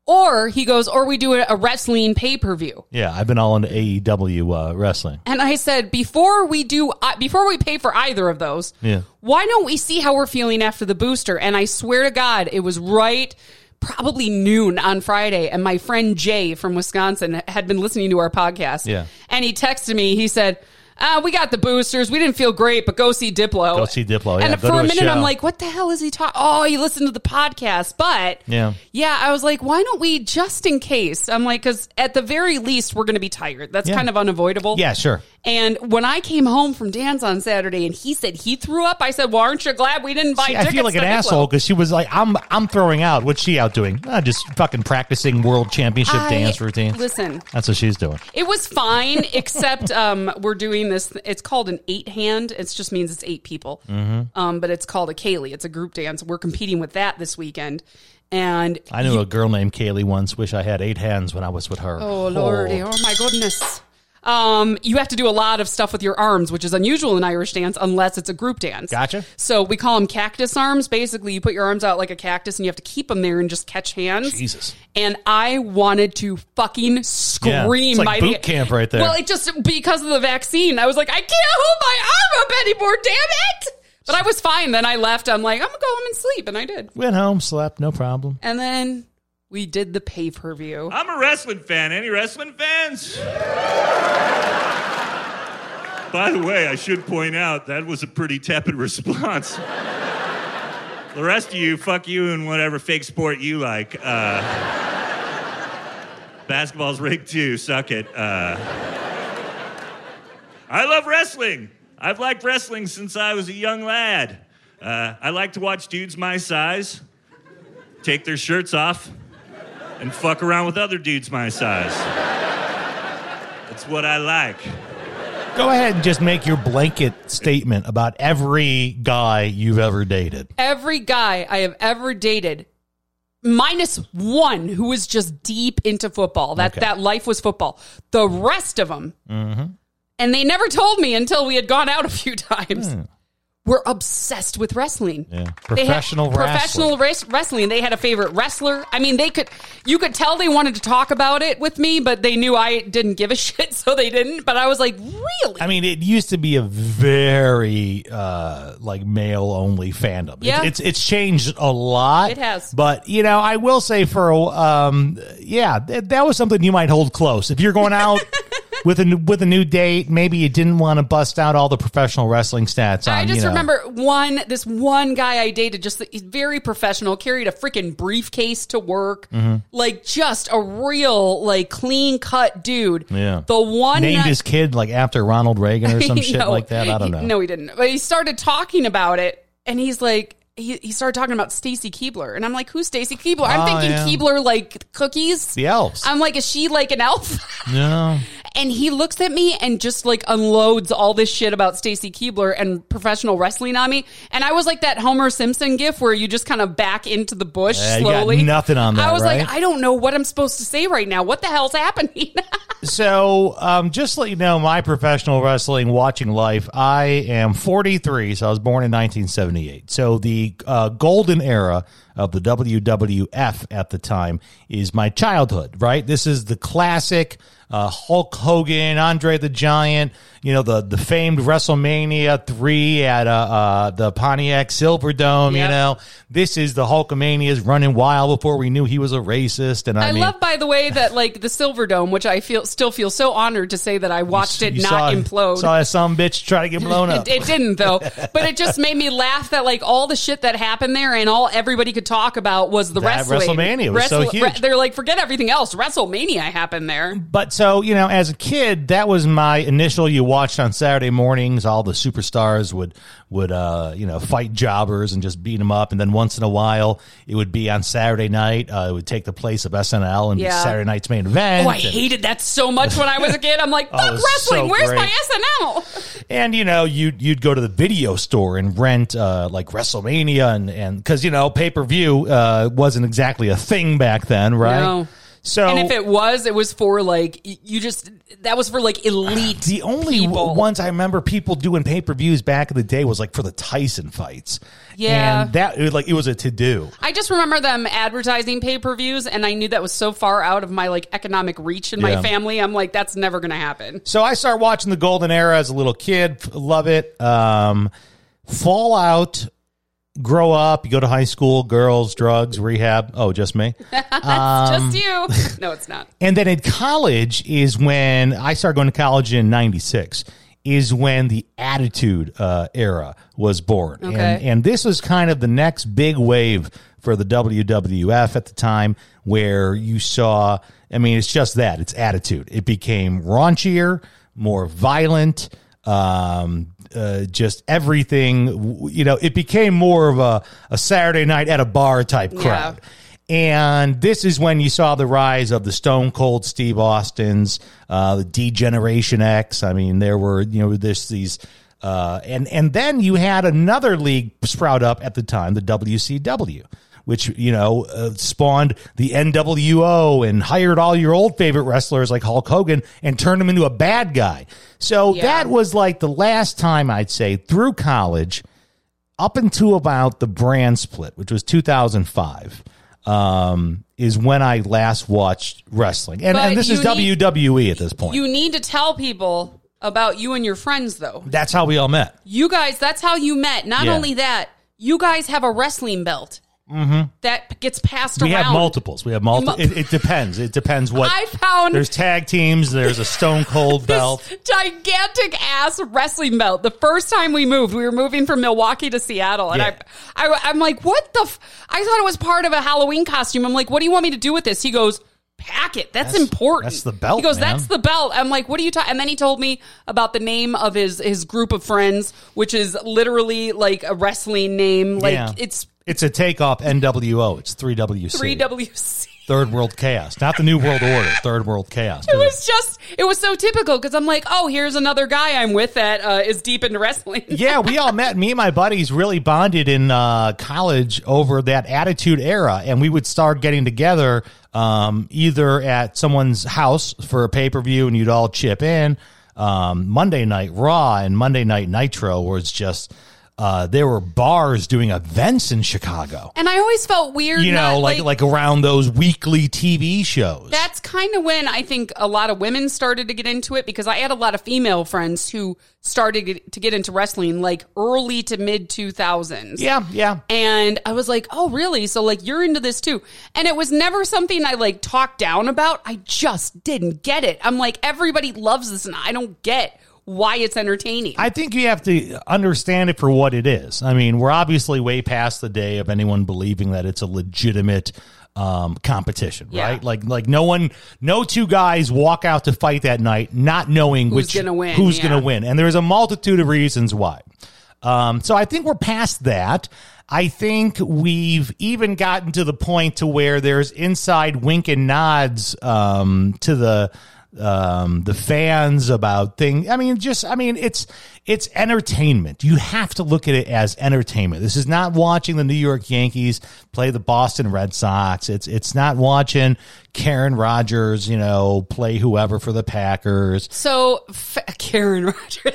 G: Or he goes, or we do a, a wrestling pay per view.
F: yeah. I've been all into AEW uh, wrestling.
G: And I said, before we do, uh, before we pay for either of those,
F: Yeah.
G: why don't we see how we're feeling after the booster? And I swear to God, it was right probably noon on Friday. And my friend Jay from Wisconsin had been listening to our podcast.
F: Yeah.
G: And he texted me, he said, uh, we got the boosters. We didn't feel great, but go see Diplo.
F: Go see Diplo, yeah,
G: and
F: go
G: for
F: to
G: a
F: a
G: minute, I'm
F: show.
G: like, what the hell is he talking? Oh, he listened to the podcast, but
F: Yeah.
G: yeah. I was like, why don't we just in case? I'm like, because at the very least, we're going to be tired. That's
F: Yeah.
G: kind of unavoidable.
F: Yeah, sure.
G: And when I came home from dance on Saturday and he said he threw up, I said, Well, aren't you glad we didn't buy
F: See, I
G: tickets?
F: feel like
G: to
F: an
G: Diplo?"
F: asshole because she was like, "I'm I'm throwing out." What's she out doing? Ah, just fucking practicing world championship
G: I-
F: dance routine.
G: Listen,
F: That's what she's doing.
G: it was fine, except um, we're doing this. It's called an eight hand. It just means it's eight people.
F: Mm-hmm.
G: Um, but it's called a Kaylee. It's a group dance. We're competing with that this weekend. And
F: I knew a girl named Kaylee once. Wish I had eight hands when I was with her.
G: Oh lordy! Oh my goodness! Um, you have to do a lot of stuff with your arms, which is unusual in Irish dance, unless it's a group dance.
F: Gotcha.
G: So we call them cactus arms. Basically, you put your arms out like a cactus, and you have to keep them there and just catch hands.
F: Jesus.
G: And I wanted to fucking scream!
F: Yeah, it's like
G: by
F: boot
G: the-
F: camp right there.
G: Well, it just because of the vaccine, I was like, I can't hold my arm up anymore. Damn it! But I was fine. Then I left. I'm like, I'm gonna go home and sleep, and I did.
F: Went home, slept, no problem.
G: And then we did the pay per view.
A: I'm a wrestling fan. Any wrestling fans? By the way, I should point out that was a pretty tepid response. the rest of you, fuck you and whatever fake sport you like. Uh, basketball's rigged too. Suck it. Uh, I love wrestling. I've liked wrestling since I was a young lad. Uh, I like to watch dudes my size take their shirts off and fuck around with other dudes my size. That's what I like.
F: Go ahead and just make your blanket statement about every guy you've ever dated.
G: every guy I have ever dated, minus one who was just deep into football. That
F: Okay.
G: that life was football. The rest of them, and they never told me until we had gone out a few times. Were obsessed with wrestling.
F: Hmm. Yeah.
G: They had-
F: Professional
G: professional res- wrestling. They had a favorite wrestler. I mean, they could. You could tell they wanted to talk about it with me, but they knew I didn't give a shit, so they didn't. But I was like, really?
F: I mean, it used to be a very uh, like male only fandom. It's-
G: Yeah.
F: It's, it's changed a lot.
G: It has.
F: But you know, I will say for um, yeah, that, that was something you might hold close if you're going out. With a new, with a new date, maybe you didn't want to bust out all the professional wrestling stats. On,
G: I just
F: you know.
G: remember one this one guy I dated just he's very professional carried a freaking briefcase to work
F: Mm-hmm.
G: like just a real like clean cut dude
F: Yeah.
G: the one
F: named
G: night-
F: his kid like after Ronald Reagan or some
G: No.
F: shit like that. I don't know.
G: no he didn't but he started talking about it and he's like he, he started talking about Stacy Keebler and I'm like who's Stacy Keebler I'm
F: Oh,
G: thinking
F: yeah.
G: Keebler like cookies
F: the elves.
G: I'm like is she like an elf
F: no.
G: and he looks at me and just like unloads all this shit about Stacy Keebler and professional wrestling on me. And I was like that Homer Simpson gif where you just kind of back into the bush
F: Yeah, you got
G: slowly.
F: nothing on that,
G: I was like,
F: right?
G: I don't know what I'm supposed to say right now. What the hell's happening?
F: So, um, just to let you know, my professional wrestling watching life, I am 43, so I was born in 1978. So, the uh, golden era of the WWF at the time is my childhood, right? This is the classic uh, Hulk Hogan, Andre the Giant, you know, the, the famed WrestleMania 3 at uh, uh, the Pontiac Silverdome, you
G: Yep.
F: know. This is the Hulkamania's running wild before we knew he was a racist. And I,
G: I
F: mean,
G: love, by the way, that like the Silver Dome, which I feel still feel so honored to say that I watched it
F: you
G: not
F: saw,
G: implode.
F: Saw some bitch try to get blown up.
G: It, it didn't though, but it just made me laugh that like all the shit that happened there and all everybody could could talk about was the
F: That
G: wrestling.
F: WrestleMania was so huge.
G: they're like, forget everything else. WrestleMania happened there.
F: But so, you know, as a kid, that was my initial you watched on Saturday mornings, all the superstars would would uh, you know, fight jobbers and just beat them up and then once in a while it would be on Saturday night, uh, it would take the place of SNL and
G: Yeah.
F: be Saturday night's main event.
G: Oh, I
F: and-
G: hated that so much when I was a kid. I'm like, fuck
F: Oh, it was
G: wrestling.
F: so
G: Where's
F: great.
G: my SNL?
F: And you know, you'd you'd go to the video store and rent uh, like WrestleMania and and because you know pay per view uh, wasn't exactly a thing back then, right?
G: No.
F: So
G: and if it was, it was for like y- you just that was for like elite.
F: the only w-
G: people.
F: ones I remember people doing pay per views back in the day was like for the Tyson fights.
G: Yeah.
F: and that it was like it was a to do.
G: I just remember them advertising pay per views, and I knew that was so far out of my like economic reach in
F: Yeah.
G: my family. I'm like, that's never gonna happen.
F: So I started watching the Golden Era as a little kid. F- Love it. Um, Fallout. Grow up. You go to high school. Girls, drugs, rehab. Oh, just me. Um,
G: just you. No, it's not.
F: And then in college is when I started going to college in 96 is when the attitude uh, era was born. And,
G: Okay.
F: and this was kind of the next big wave for the WWF at the time where you saw, I mean, it's just that it's attitude. It became raunchier, more violent, um, uh, just everything, w- you know, it became more of a, a Saturday night at a bar type crowd. And this is when you saw the rise of the Stone Cold Steve Austins, uh, the D Generation X. I mean, there were you know this these, uh, and and then you had another league sprout up at the time, the WCW, which you know uh, spawned the NWO and hired all your old favorite wrestlers like Hulk Hogan and turned him into a bad guy. So that was like the last time I'd say through college up until about the brand split, which was 2005, um, is when I last watched wrestling. And,
G: But
F: and this
G: you
F: is
G: need-
F: WWE at this point.
G: You need to tell people about you and your friends, though.
F: That's how we all met.
G: You guys, that's how you met. Not
F: Yeah.
G: only that, you guys have a wrestling belt that p- gets passed
F: Mm-hmm. We
G: around.
F: have multiples. We have multiple.
G: Mu-
F: It, it depends. It depends what.
G: I found-
F: There's tag teams. There's a Stone Cold belt.
G: This gigantic ass wrestling belt. The first time we moved, we were moving from Milwaukee to Seattle, and
F: Yeah.
G: I, I, I'm like, "What the?" F-? I thought it was part of a Halloween costume. I'm like, "What do you want me to do with this?" He goes, "Pack it. That's,
F: That's-
G: important."
F: that's the belt,
G: He goes,
F: man.
G: "That's the belt." I'm like, "What are you talking?" And then he told me about the name of his his group of friends, which is literally like a wrestling name. Like
F: Yeah.
G: it's
F: It's a takeoff NWO. It's 3WC.
G: three WC.
F: Third World Chaos. Not the New World Order. Third World Chaos.
G: It was just, it was so typical because I'm like, oh, here's another guy I'm with that uh, is deep into wrestling.
F: yeah, we all met. Me and my buddies really bonded in uh, college over that attitude era, and we would start getting together um, either at someone's house for a pay per view, and you'd all chip in. Um, Monday Night Raw and Monday Night Nitro was just uh, there were bars doing events in Chicago.
G: And I always felt weird.
F: You know,
G: not,
F: like, like around those weekly TV shows.
G: that's kind of when I think a lot of women started to get into it because I had a lot of female friends who started to get into wrestling like early to mid 2000s.
F: yeah, yeah.
G: And I was like, oh, really? So, like, you're into this too. And it was never something I like talked down about. I just didn't get it. I'm like, everybody loves this, and I don't get why it's entertaining.
F: I think you have to understand it for what it is. I mean, we're obviously way past the day of anyone believing that it's a legitimate um, competition,
G: Yeah.
F: right? Like, like no one, no two guys walk out to fight that night not knowing
G: Who's
F: which
G: gonna win,
F: who's
G: yeah.
F: going to win, and there's a multitude of reasons why. Um, so I think we're past that. I think we've even gotten to the point to where there's inside wink and nods um, to the um, the fans about thing. I mean, just I mean, it's it's entertainment. You have to look at it as entertainment. This is not watching the New York Yankees play the Boston Red Sox. It's it's not watching Karen Rogers, you know, play whoever for the Packers
G: so, f- Karen Rogers.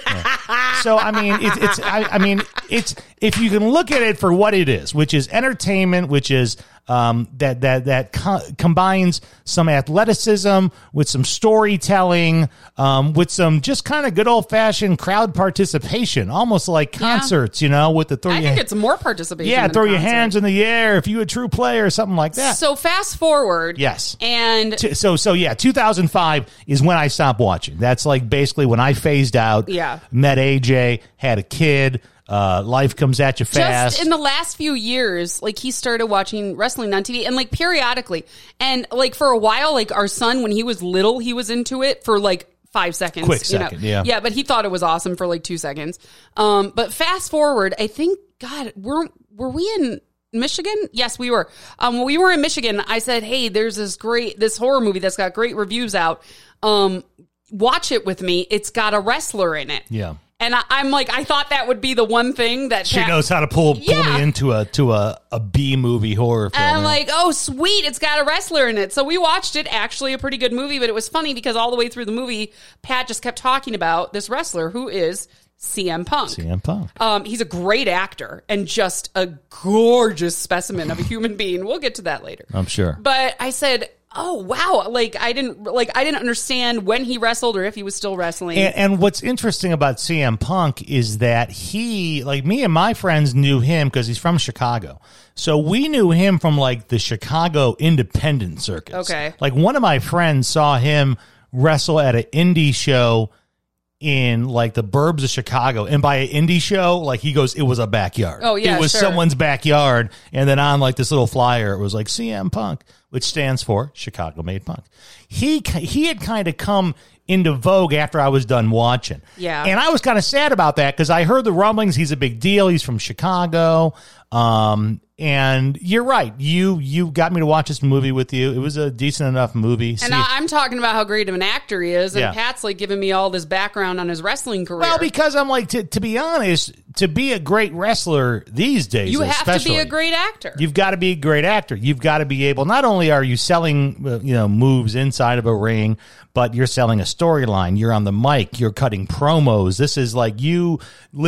F: so I mean, it's, it's I, I mean, it's if you can look at it for what it is, which is entertainment, which is um, that that that co- combines some athleticism with some storytelling, um, with some just kind of good old fashioned crowd participation, almost like concerts, you know, with the throw
G: I
F: your
G: think it's more participation.
F: yeah,
G: than
F: throw your
G: concert.
F: hands in the air if you a true player or something like that.
G: So fast forward.
F: Yes.
G: And
F: T- so so yeah 2005 is when i stopped watching that's like basically when i phased out
G: Yeah.
F: met aj had a kid Uh, life comes at you fast.
G: Just in the last few years, like he started watching wrestling on TV and like periodically. And like for a while, like our son, when he was little, he was into it for like five seconds.
F: Quick
G: you know.
F: second, yeah.
G: Yeah, but he thought it was awesome for like two seconds. Um, but fast forward, I think, God, were, were we in Michigan? Yes, we were. Um, when we were in Michigan, I said, Hey, there's this great, this horror movie that's got great reviews out. Um, watch it with me. It's got a wrestler in it.
F: Yeah.
G: And I, I'm like, I thought that would be the one thing that
F: she
G: Pat-
F: knows how to pull, pull
G: Yeah.
F: me into a to a, a B movie horror film.
G: And I'm
F: yeah.
G: like, oh, sweet, it's got a wrestler in it. So we watched it, actually a pretty good movie, but it was funny because all the way through the movie, Pat just kept talking about this wrestler who is CM Punk.
F: CM Punk.
G: Um, he's a great actor and just a gorgeous specimen of a human being. We'll get to that later.
F: I'm sure.
G: But I said, oh, wow. Like, I didn't, like, I didn't understand when he wrestled or if he was still wrestling.
F: And, and what's interesting about CM Punk is that he, like me and my friends, knew him because he's from Chicago. So we knew him from like the Chicago independent circuits.
G: Okay.
F: Like one of my friends saw him wrestle at an indie show in like the burbs of Chicago. And by an indie show, like he goes, it was a backyard.
G: Oh, yeah,
F: It was
G: sure.
F: someone's backyard. And then on like this little flyer, it was like CM Punk, which stands for Chicago Made Punk. He, he had kind of come into vogue after I was done watching.
G: Yeah.
F: And I was kind of sad about that because I heard the rumblings. He's a big deal. He's from Chicago. Um, and you're right. You, you got me to watch this movie with you. It was a decent enough movie. See-
G: And I, I'm talking about how great of an actor he is, and
F: Yeah.
G: Pat's like giving me all this background on his wrestling career.
F: Well, because I'm like to, to be honest, to be a great wrestler these days,
G: you have to be
F: especially,
G: a great actor.
F: You've got to be a great actor. You've got to be able. Not only are you selling, uh, you know, moves inside of a ring, but you're selling a storyline. You're on the mic. You're cutting promos. This is like you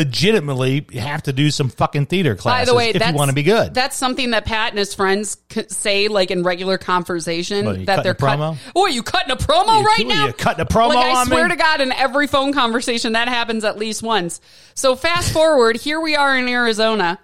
F: legitimately have to do some fucking theater classes if you want to be good.
G: That's something that Pat and his friends c- say, like in regular conversation,
F: What, you
G: that
F: cutting
G: they're
F: a promo?
G: Cut- oh, are you cutting a promo
F: You-
G: right
F: you
G: now?
F: cutting a promo
G: Like I
F: on me?
G: swear to God, in every phone conversation that happens at least once. So fast forward, here we are in Arizona,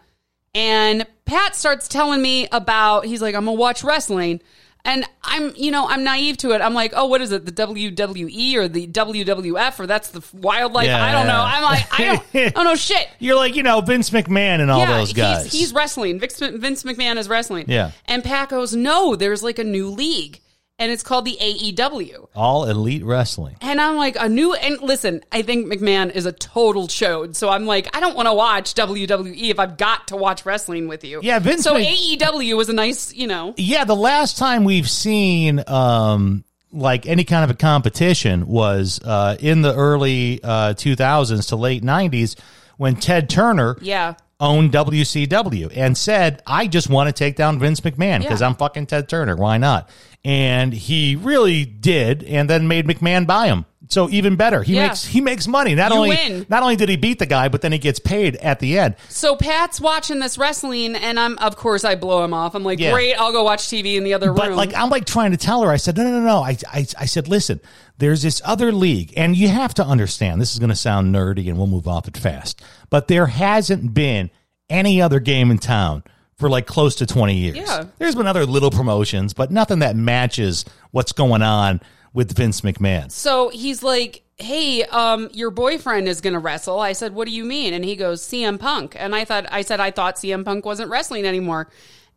G: and Pat starts telling me about. He's like, "I'm gonna watch wrestling." And I'm, you know, I'm naive to it. I'm like, oh, what is it? The WWE or the WWF or that's the wildlife?
F: Yeah,
G: I don't know.
F: yeah.
G: I'm like, I don't, I don't know shit.
F: you're like you know Vince McMahon and all those guys.
G: He's, he's wrestling. Vince, Vince McMahon is wrestling.
F: Yeah.
G: And Pat goes, no, there's like a new league, and it's called the AEW.
F: all elite wrestling.
G: And I'm like, a new. And listen, I think McMahon is a total chode. So I'm like, I don't want to watch WWE if I've got to watch wrestling with you.
F: Yeah, Vince
G: So
F: Mc-
G: AEW was a nice, you know.
F: yeah, the last time we've seen um like any kind of a competition was uh in the early uh 2000s to late 90s when Ted Turner
G: Yeah.
F: owned WCW and said, "I just want to take down Vince McMahon because
G: Yeah.
F: I'm fucking Ted Turner. Why not?" And he really did, and then made McMahon buy him. So even better, he
G: Yeah.
F: makes he makes money. Not
G: You
F: only
G: win.
F: not only did he beat the guy, but then he gets paid at the end.
G: So Pat's watching this wrestling, and I'm, of course, I blow him off. I'm like,
F: Yeah.
G: great, I'll go watch TV in the other
F: But
G: room.
F: like I'm like trying to tell her, I said, no, no, no, no. I, I, I said, listen, there's this other league, and you have to understand. This is going to sound nerdy, and we'll move off it fast. But there hasn't been any other game in town for like close to 20 years.
G: Yeah.
F: There's been other little promotions, but nothing that matches what's going on with Vince McMahon.
G: So he's like, "Hey, um, your boyfriend is gonna wrestle." I said, "What do you mean?" And he goes, "CM Punk." And I thought, I said, I thought CM Punk wasn't wrestling anymore.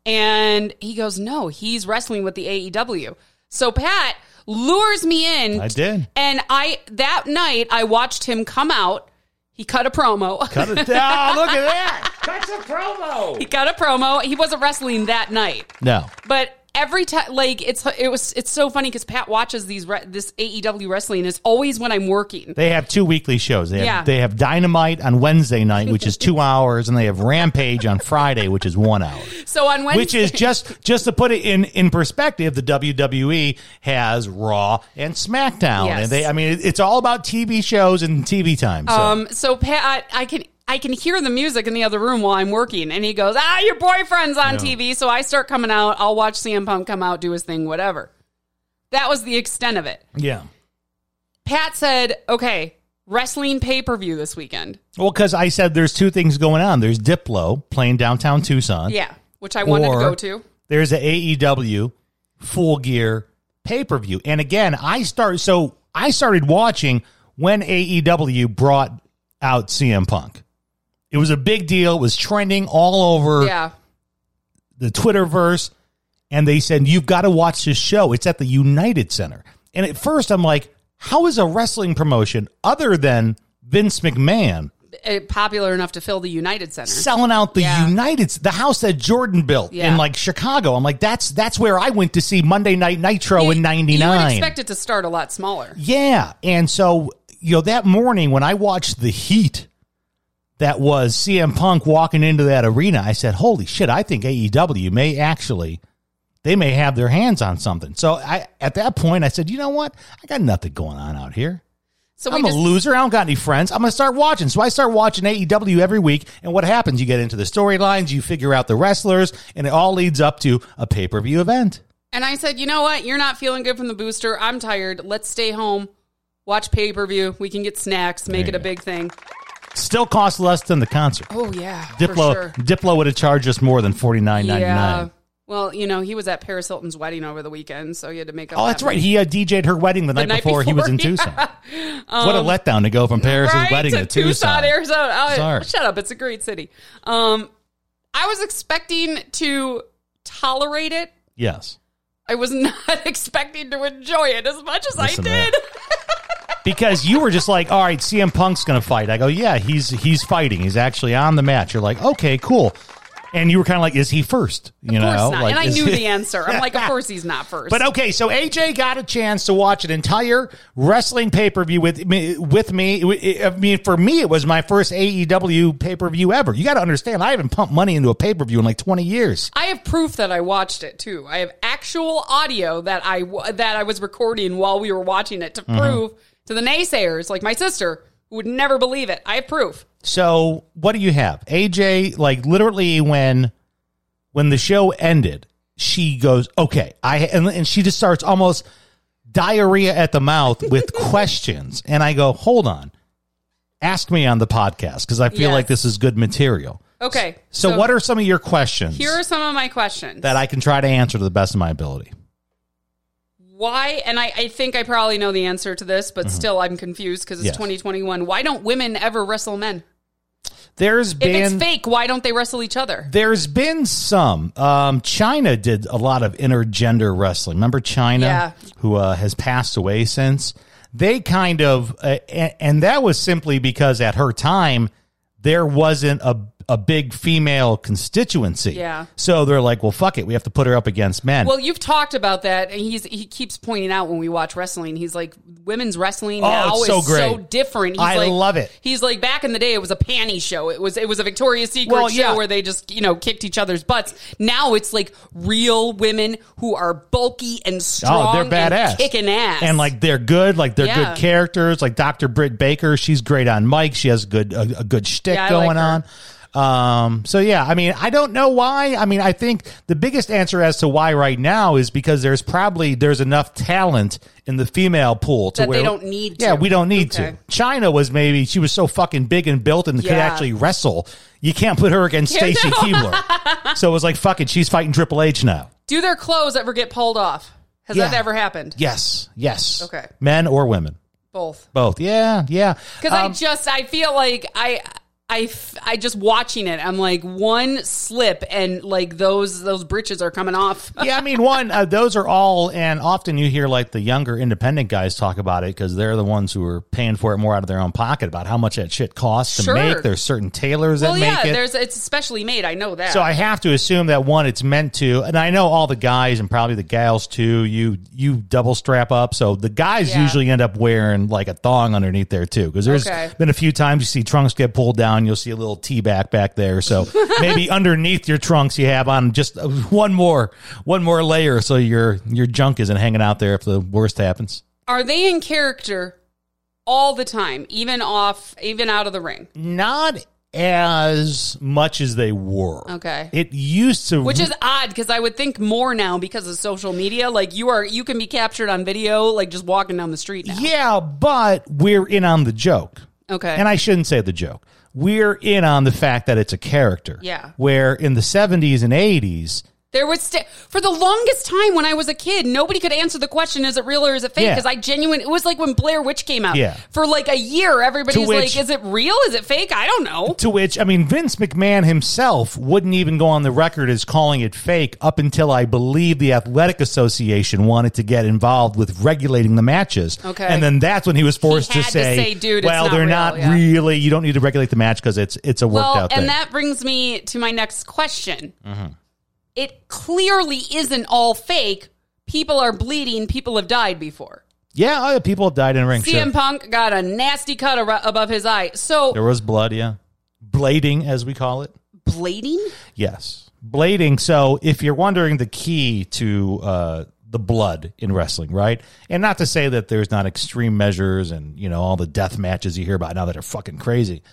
G: And he goes, "No, he's wrestling with the AEW." So Pat lures me in.
F: I did.
G: and I that night I watched him come out. He cut a promo.
F: Cut it down. Look at that.
G: he cut a promo. He wasn't wrestling that night.
F: No.
G: But every time, like it's it was it's so funny because Pat watches these re- this AEW wrestling is always when I'm working.
F: They have two weekly shows. They have,
G: Yeah.
F: they have Dynamite on Wednesday night, which is two hours, and they have Rampage on Friday, which is one hour.
G: So on Wednesday,
F: which is just just to put it in in perspective the WWE has Raw and SmackDown
G: Yes.
F: and they I mean it- it's all about TV shows and TV time so
G: Um, so Pat, I can I can hear the music in the other room while I'm working, and he goes, "Ah, your boyfriend's on TV." So I start coming out. I'll watch CM Punk come out, do his thing, whatever. That was the extent of it.
F: yeah
G: Pat said, "Okay, wrestling pay per view this weekend."
F: well cuz I said there's two things going on there's Diplo playing downtown Tucson
G: Yeah, which I wanted
F: Or-
G: to go to.
F: there's a AEW full gear pay-per-view and again I start so E I started watching when AEW brought out CM Punk It was a big deal. It was trending all over
G: Yeah.
F: the Twitterverse, and they said, You've got to watch this show. It's at the United Center. And at first, I'm like, How is a wrestling promotion other than Vince McMahon
G: Uh, popular enough to fill the United Center.
F: selling out the
G: Yeah.
F: United, the house that Jordan built
G: Yeah.
F: in like Chicago? I'm like, That's that's where I went to see Monday Night Nitro
G: You-
F: in
G: You would
F: '99.
G: expect it to start a lot smaller.
F: Yeah. And so, you know, that morning when I watched the heat that was CM Punk walking into that arena, I said, holy shit, I think AEW may actually, they may have their hands on something. So I, at that point, I said, you know what? I got nothing going on out here.
G: So we
F: I'm a
G: just,
F: loser. I don't got any friends. I'm going to start watching. So I start watching AEW every week. And what happens? You get into the storylines, you figure out the wrestlers, and it all leads up to a pay per view event.
G: And I said, you know what? You're not feeling good from the booster. I'm tired. Let's stay home, watch pay per view. We can get snacks, make
F: There
G: it
F: you
G: a
F: go.
G: big thing.
F: Still costs less than the concert.
G: Oh, yeah. For
F: Diplo
G: sure.
F: Diplo would have charged us more than forty nine ninety
G: Yeah.
F: nine.
G: Well, you know, he was at Paris Hilton's wedding over the weekend, so he had to make up.
F: Oh,
G: that
F: that's right.
G: money.
F: He uh, DJ'd her wedding the, night,
G: night
F: before, he was in
G: before, Um,
F: Tucson. what a letdown to go from Paris'
G: Right?
F: wedding to, Tucson.
G: Arizona. Oh,
F: Sorry.
G: Shut up. It's a great city. Um, I was expecting to tolerate it.
F: Yes,
G: I was not expecting to enjoy it as much as
F: Listen to
G: I did.
F: because you were just like, all right, CM Punk's going to fight. I go, yeah, he's he's fighting. He's actually on the match. You're like, okay, cool. And you were kind of like, is he first? You
G: Of course
F: know,
G: not.
F: Like,
G: and I
F: is-
G: knew the answer. I'm like, of course he's not first.
F: But okay, so AJ got a chance to watch an entire wrestling pay per view with me. With me, It- I mean, for me, it was my first AEW pay per view ever. You got to understand, I haven't pumped money into a pay per view in like twenty years.
G: I have proof that I watched it too. I have actual audio that I w- that I was recording while we were watching it to
F: Mm-hmm.
G: prove to the naysayers, like my sister, who would never believe it. I have proof.
F: So, what do you have, AJ? Like literally, when when the show ended, she goes, "Okay, I," and, and she just starts almost diarrhea at the mouth with questions, and I go, "Hold on." Ask me on the podcast because I feel
G: Yes.
F: like this is good material.
G: Okay.
F: So, what are some of your questions
G: Here are some of my questions.
F: that I can try to answer to the best of my ability?
G: why? And I, I think I probably know the answer to this, but still I'm confused because it's
F: Mm-hmm. Yes.
G: 2021. Why don't women ever wrestle men?
F: There's
G: If
F: been
G: it's fake, why don't they wrestle each other?
F: there's been some. Um, China did a lot of intergender wrestling. Remember China,
G: Yeah.
F: who uh, has passed away since. They kind of, uh, and, and that was simply because at her time there wasn't a a big female constituency.
G: Yeah.
F: So they're like, well, fuck it, we have to put her up against men.
G: Well, you've talked about that, and he's he keeps pointing out when we watch wrestling. He's like, women's wrestling
F: Oh,
G: now
F: it's
G: is
F: so
G: so,
F: great.
G: different. He's
F: I
G: like,
F: love it.
G: He's like, back in the day, it was a panty show. It was it was a Victoria's Secret
F: Well, yeah.
G: show where they just you know kicked each other's butts. Now it's like real women who are bulky and strong.
F: Oh, they're
G: and
F: badass,
G: kicking ass,
F: and like they're good. Like they're
G: Yeah.
F: good characters. Like Dr. Britt Baker, she's great on mic. She has good a, a good shtick
G: Yeah, I like
F: going
G: her.
F: on. Um, so yeah, I mean, I don't know why. I mean, I think the biggest answer as to why right now is because there's probably there's enough talent in the female pool to
G: That they
F: where
G: don't need to.
F: Yeah, we don't need
G: Okay.
F: to. China was maybe she was so fucking big and built and could
G: Yeah.
F: actually wrestle. You can't put her against
G: Yeah,
F: Stacy
G: no.
F: Keebler. so it was like fucking. She's fighting Triple H now.
G: do their clothes ever get pulled off? Has that
F: Yeah.
G: ever happened?
F: Yes. Yes.
G: Okay.
F: Men or women.
G: Both.
F: Both. Yeah, yeah.
G: because I
F: Um,
G: just I feel like I. I, f- I just watching it. I'm like one slip and like those those britches are coming off.
F: yeah, I mean, one, uh, those are all, and often you hear like the younger independent guys talk about it because they're the ones who are paying for it more out of their own pocket about how much that shit costs to
G: Sure.
F: make. There's certain tailors that
G: Well,
F: make
G: yeah,
F: it.
G: there's it's specially made. I know that.
F: So I have to assume that one, it's meant to, and I know all the guys and probably the gals too. You you double strap up, so the guys
G: Yeah.
F: usually end up wearing like a thong underneath there too, because there's
G: Okay.
F: been a few times you see trunks get pulled down, you'll see a little tee back back there. So maybe underneath your trunks, you have on just uh, one more one more layer, so your your junk isn't hanging out there if the worst happens.
G: are they in character all the time, even off, even out of the ring?
F: Mm-hmm. Not as much as they were.
G: Okay.
F: it used to,
G: Which is odd because I would think more now because of social media. Like you are, you can be captured on video, like just walking down the street now.
F: yeah, but we're in on the joke.
G: Okay.
F: And I shouldn't say the joke. We're in on the fact that it's a character.
G: Yeah.
F: Where in the 70s and 80s,
G: There was st- for the longest time when I was a kid, nobody could answer the question: Is it real or is it fake?
F: Yeah.
G: Because I genuine. It was like when Blair Witch came out.
F: Yeah.
G: For like a year, everybody's
F: which-
G: like, "Is it real? Is it fake? I don't know."
F: To which, I mean, Vince McMahon himself wouldn't even go on the record as calling it fake up until I believe the Athletic Association wanted to get involved with regulating the matches.
G: Okay.
F: And then that's when he was forced
G: He
F: to
G: had to
F: say,
G: say, "Dude, it's
F: well,
G: not
F: they're
G: real,"
F: not
G: yeah.
F: really, you don't need to regulate the match because it's, it's a worked
G: Well,
F: out Mm-hmm.
G: and
F: thing.
G: that brings me to my next question. It clearly isn't all fake. People are bleeding. People have died before.
F: yeah, oh, yeah, people have died in ring.
G: CM
F: sure.
G: Punk got a nasty cut ar- above his eye. So
F: There was blood, yeah. Blading, as we call it.
G: bleeding?
F: Yes. Blading. So, if you're wondering the key to uh, the blood in wrestling, right? And not to say that there's not extreme measures and, you know, all the death matches you hear about now that are fucking crazy.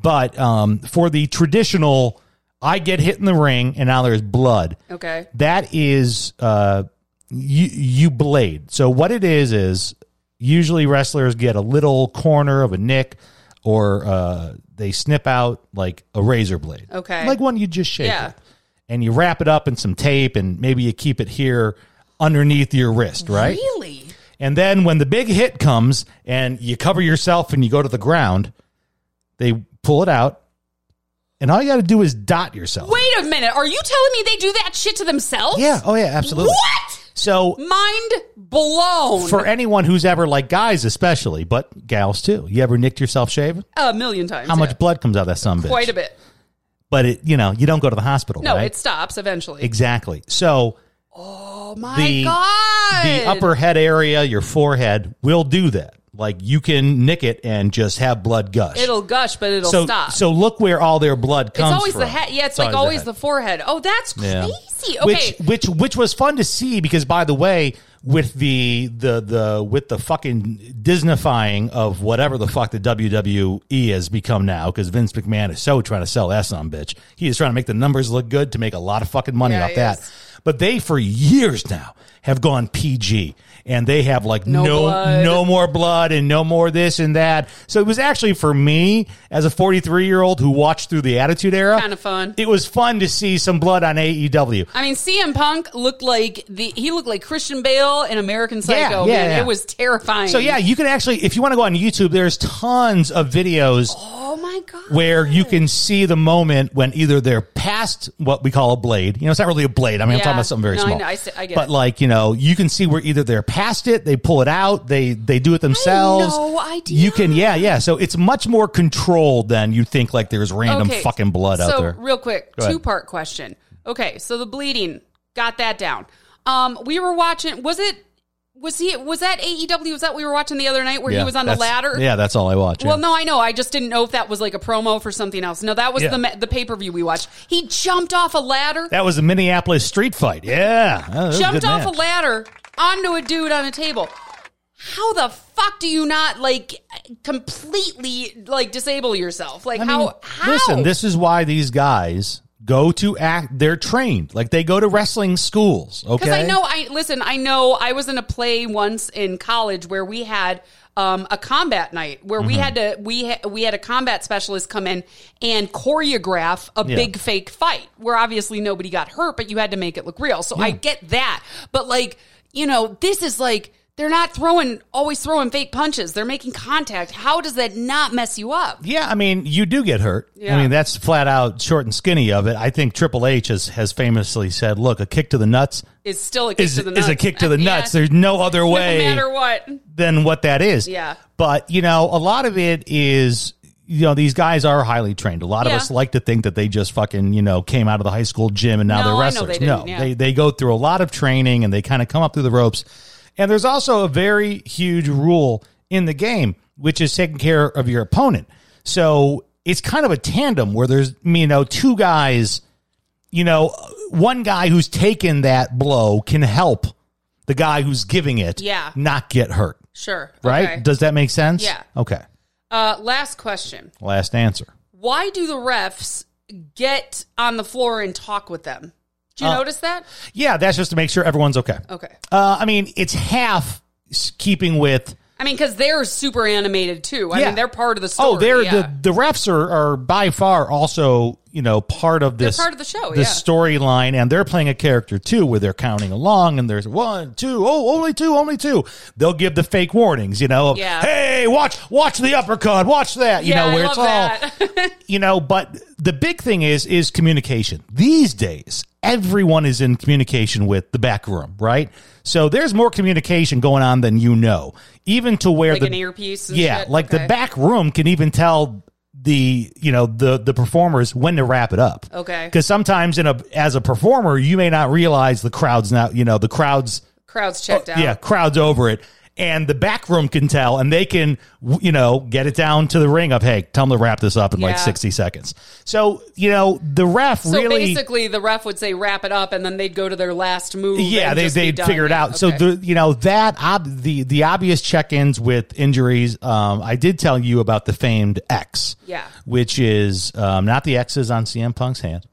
F: But um, for the traditional, I get hit in the ring and now there's blood.
G: Okay.
F: That is, uh, you, you blade. So, what it is, is usually wrestlers get a little corner of a nick or uh, they snip out like a razor blade.
G: Okay.
F: Like one you just shake.
G: Yeah.
F: with. And you wrap it up in some tape and maybe you keep it here underneath your wrist, right?
G: Really?
F: And then when the big hit comes and you cover yourself and you go to the ground, they pull it out. And all you got to do is dot yourself.
G: Wait a minute. Are you telling me they do that shit to themselves?
F: Yeah. Oh, yeah, absolutely.
G: What?
F: So
G: Mind blown.
F: for anyone who's ever like guys especially, but gals too. You ever nicked yourself shaving?
G: a million times.
F: How
G: yeah.
F: much blood comes out of that son of a bitch?
G: Quite a bit.
F: But it, you know, you don't go to the hospital,
G: No,
F: right?
G: it stops eventually.
F: exactly. So
G: oh my
F: the-
G: god.
F: the upper head area, your forehead, will do that. Like you can nick it and just have blood gush.
G: It'll gush, but it'll
F: so
G: stop.
F: so look where all their blood
G: it's
F: comes.
G: always the
F: from.
G: head. Yeah, it's, like always the,
F: head.
G: forehead. Oh, that's
F: Yeah.
G: crazy. Okay.
F: Which which which was fun to see because by the way, with the the the with the fucking Disneyfying of whatever the fuck the WWE has become now, because Vince McMahon is so trying to sell that son of a bitch. He is trying to make the numbers look good to make a lot of fucking money
G: Yeah,
F: off
G: he
F: that.
G: is.
F: But they for years now have gone PG and they have like
G: No
F: no
G: blood.
F: no more blood and no more this and that. So it was actually for me as a 43 year old who watched through the Attitude Era
G: Kinda fun.
F: It was fun to see some blood on E AEW.
G: I mean, CM Punk looked like the he looked like Christian Bale in American Psycho.
F: yeah,
G: man,
F: yeah.
G: it was terrifying.
F: So yeah, you can actually if you want to go on YouTube, there's tons of videos
G: Oh my god.
F: where you can see the moment when either they're past what we call a blade. You know, it's not really a blade. I mean,
G: Yeah.
F: I'm talking about something very
G: No, I
F: small.
G: know. I see- I get
F: but
G: it.
F: like, you know, you can see where either they're past it, they pull it out, they they do it themselves.
G: no idea.
F: You can, yeah, yeah. So it's much more controlled than you think. Like there's random fucking blood
G: so,
F: out there.
G: real quick,
F: ahead.
G: two part question. Okay, so the bleeding got that down. Um, we were watching. Was it? Was he? Was that AEW? Was that we were watching the other night where
F: Yeah,
G: he was on the
F: that's-
G: ladder?
F: Yeah, that's all I watch.
G: Well,
F: yeah.
G: no, I know. I just didn't know if that was like a promo for something else. No, that was
F: Yeah.
G: the ma- the pay per view we watched. He jumped off a ladder.
F: That was a Minneapolis street fight. Yeah. Oh, that was a
G: jumped
F: good
G: off
F: match.
G: a ladder onto a dude on a table. How the fuck do you not like completely like disable yourself? Like
F: I
G: how?
F: mean,
G: how?
F: Listen, this is why these guys go to act. They're trained, like they go to wrestling schools. Okay,
G: Because I know, I listen. I know. I was in a play once in college where we had um, a combat night where
F: Mm-hmm.
G: we had to we ha- we had a combat specialist come in and choreograph a
F: Yeah.
G: big fake fight where obviously nobody got hurt, but you had to make it look real. So I get that, but like you know, this is like they're not throwing always throwing fake punches. They're making contact. How does that not mess you up?
F: Yeah, I mean, you do get hurt.
G: Yeah.
F: I mean, that's flat out short and skinny of it. I think Triple H has, has famously said, "Look, a kick to the nuts."
G: It's still a kick
F: Is,
G: to the
F: is
G: nuts.
F: a kick to the
G: Yeah.
F: nuts. There's no other
G: no
F: way.
G: matter what.
F: than what that is.
G: Yeah.
F: But, you know, a lot of it is, you know, these guys are highly trained. A lot
G: Yeah.
F: of us like to think that they just fucking, you know, came out of the high school gym and now
G: No,
F: they're
G: I know
F: wrestlers.
G: they didn't,
F: no,
G: yeah.
F: they, they go through a lot of training and they kind of come up through the ropes. And there's also a very huge rule in the game, which is taking care of your opponent. So it's kind of a tandem where there's, you know, two guys, you know, one guy who's taken that blow can help the guy who's giving it
G: Yeah.
F: not get hurt
G: Sure.
F: right?
G: Okay.
F: Does that make sense?
G: Yeah.
F: Okay.
G: Uh, last question.
F: Last answer.
G: Why do the refs get on the floor and talk with them? Do
F: Uh.
G: you notice that?
F: Yeah, that's just to make sure everyone's okay.
G: Okay.
F: Uh, I mean, it's half s- keeping with
G: I mean, because they're super animated too. I
F: Yeah.
G: mean, they're part of the story.
F: Oh, they're
G: yeah.
F: the the refs are, are by far also you know part of this
G: part of the show,
F: this
G: yeah.
F: storyline, and they're playing a character too, where they're counting along, and there's one, two, oh, only two, only two. They'll give the fake warnings, you know. of,
G: Yeah.
F: Hey, watch, watch the uppercut, watch that, you
G: Yeah,
F: know,
G: I
F: where
G: love
F: it's all
G: that.
F: you know but the big thing is is communication these days everyone is in communication with the back room right so there's more communication going on than you know even to where
G: Like
F: the
G: an earpiece and
F: yeah
G: shit?
F: like the
G: Okay.
F: back room can even tell the you know the the performers when to wrap it up
G: Okay.
F: because sometimes in a as a performer you may not realize the crowd's not you know the crowd's
G: crowds checked out.
F: Oh, yeah, crowds over it. And the back room can tell, and they can, w- you know, get it down to the ring of, hey, tell them to wrap this up in like
G: Yeah.
F: 60 seconds. So, you know, the ref
G: So
F: really.
G: basically, the ref would say wrap it up, and then they'd go to their last move.
F: Yeah,
G: and
F: they
G: just be
F: they
G: done.
F: figure it
G: Yeah,
F: out. So
G: okay.
F: the you know that ob- the the obvious check ins with injuries. Um, I did tell you about the famed X.
G: Yeah.
F: which is um, not the X's on CM Punk's hand.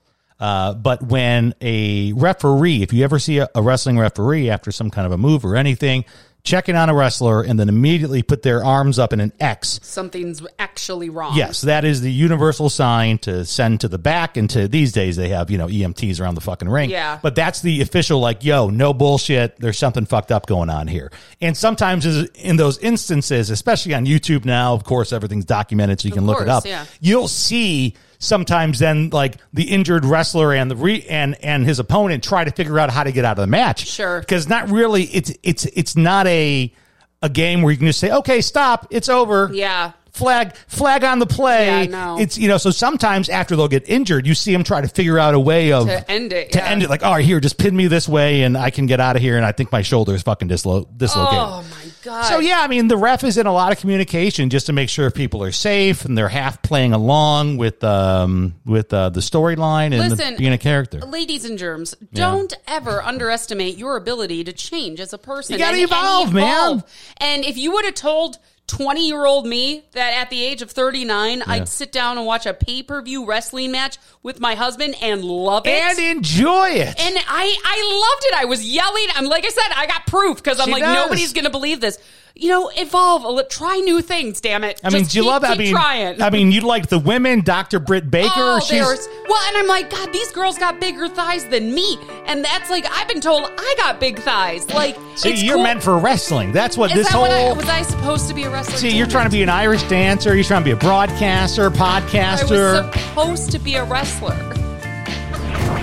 F: Uh, but when a referee, if you ever see a, a wrestling referee after some kind of a move or anything, checking on a wrestler and then immediately put their arms up in an X,
G: something's actually wrong.
F: Yes, that is the universal sign to send to the back. And to these days, they have you know EMTs around the fucking ring.
G: Yeah.
F: but that's the official like, yo, no bullshit. There's something fucked up going on here. And sometimes is- in those instances, especially on YouTube now, of course, everything's documented, so you can look it
G: course,
F: up.
G: yeah.
F: You'll see sometimes then like the injured wrestler and the re- and and his opponent try to figure out how to get out of the match.
G: Sure.
F: because not really. It's it's it's not a a game where you can just say, okay, stop, it's over
G: Yeah.
F: flag flag on the play.
G: Yeah, no.
F: It's you know, so sometimes after they'll get injured, you see them try to figure out a way of
G: To end it,
F: To
G: yeah.
F: end it, like all right, here, just pin me this way, and I can get out of here. And I think my shoulder is fucking dislo- dislocated.
G: Oh my god.
F: So yeah, I mean the ref is in a lot of communication just to make sure people are safe and they're half playing along with um with uh, the storyline and the-
G: Listen,
F: being a character.
G: Ladies and germs, don't ever underestimate your ability to change as a person.
F: You gotta
G: and- and
F: evolve, man.
G: And if you would have told 20 year old me that at the age of 39, I'd sit down and watch a pay per view wrestling match with my husband and love it.
F: And enjoy it.
G: And I, I loved it. I was yelling. I'm like I said, I got proof because I'm
F: She
G: like
F: does.
G: nobody's gonna believe this. You know, evolve. a li- Try new things. Damn it.
F: I mean,
G: Just
F: do you
G: keep-
F: love? I
G: keep
F: mean,
G: trying.
F: I mean, you like the women, Dr. Britt Baker.
G: Oh,
F: she's
G: there's well, and I'm like, God, these girls got bigger thighs than me, and that's like I've been told I got big thighs. Like,
F: see,
G: it's
F: you're
G: cool.
F: meant for wrestling. That's what
G: Is
F: this
G: that
F: whole
G: what I, was I supposed to be a wrestler?
F: See, you're trying to be an Irish dancer. You're trying to be a broadcaster,
G: I
F: podcaster.
G: was supposed to be a wrestler.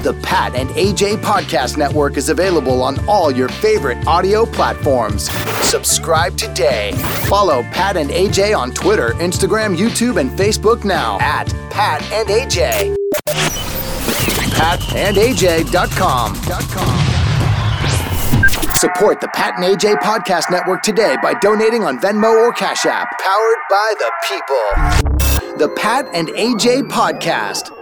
C: The Pat and AJ Podcast Network is available on all your favorite audio platforms. Subscribe today. Follow Pat and AJ on Twitter, Instagram, YouTube, and Facebook now at Pat and AJ. PatandAJ.com. Support the Pat and AJ Podcast Network today by donating on Venmo or Cash App. Powered by the people. The Pat and AJ Podcast.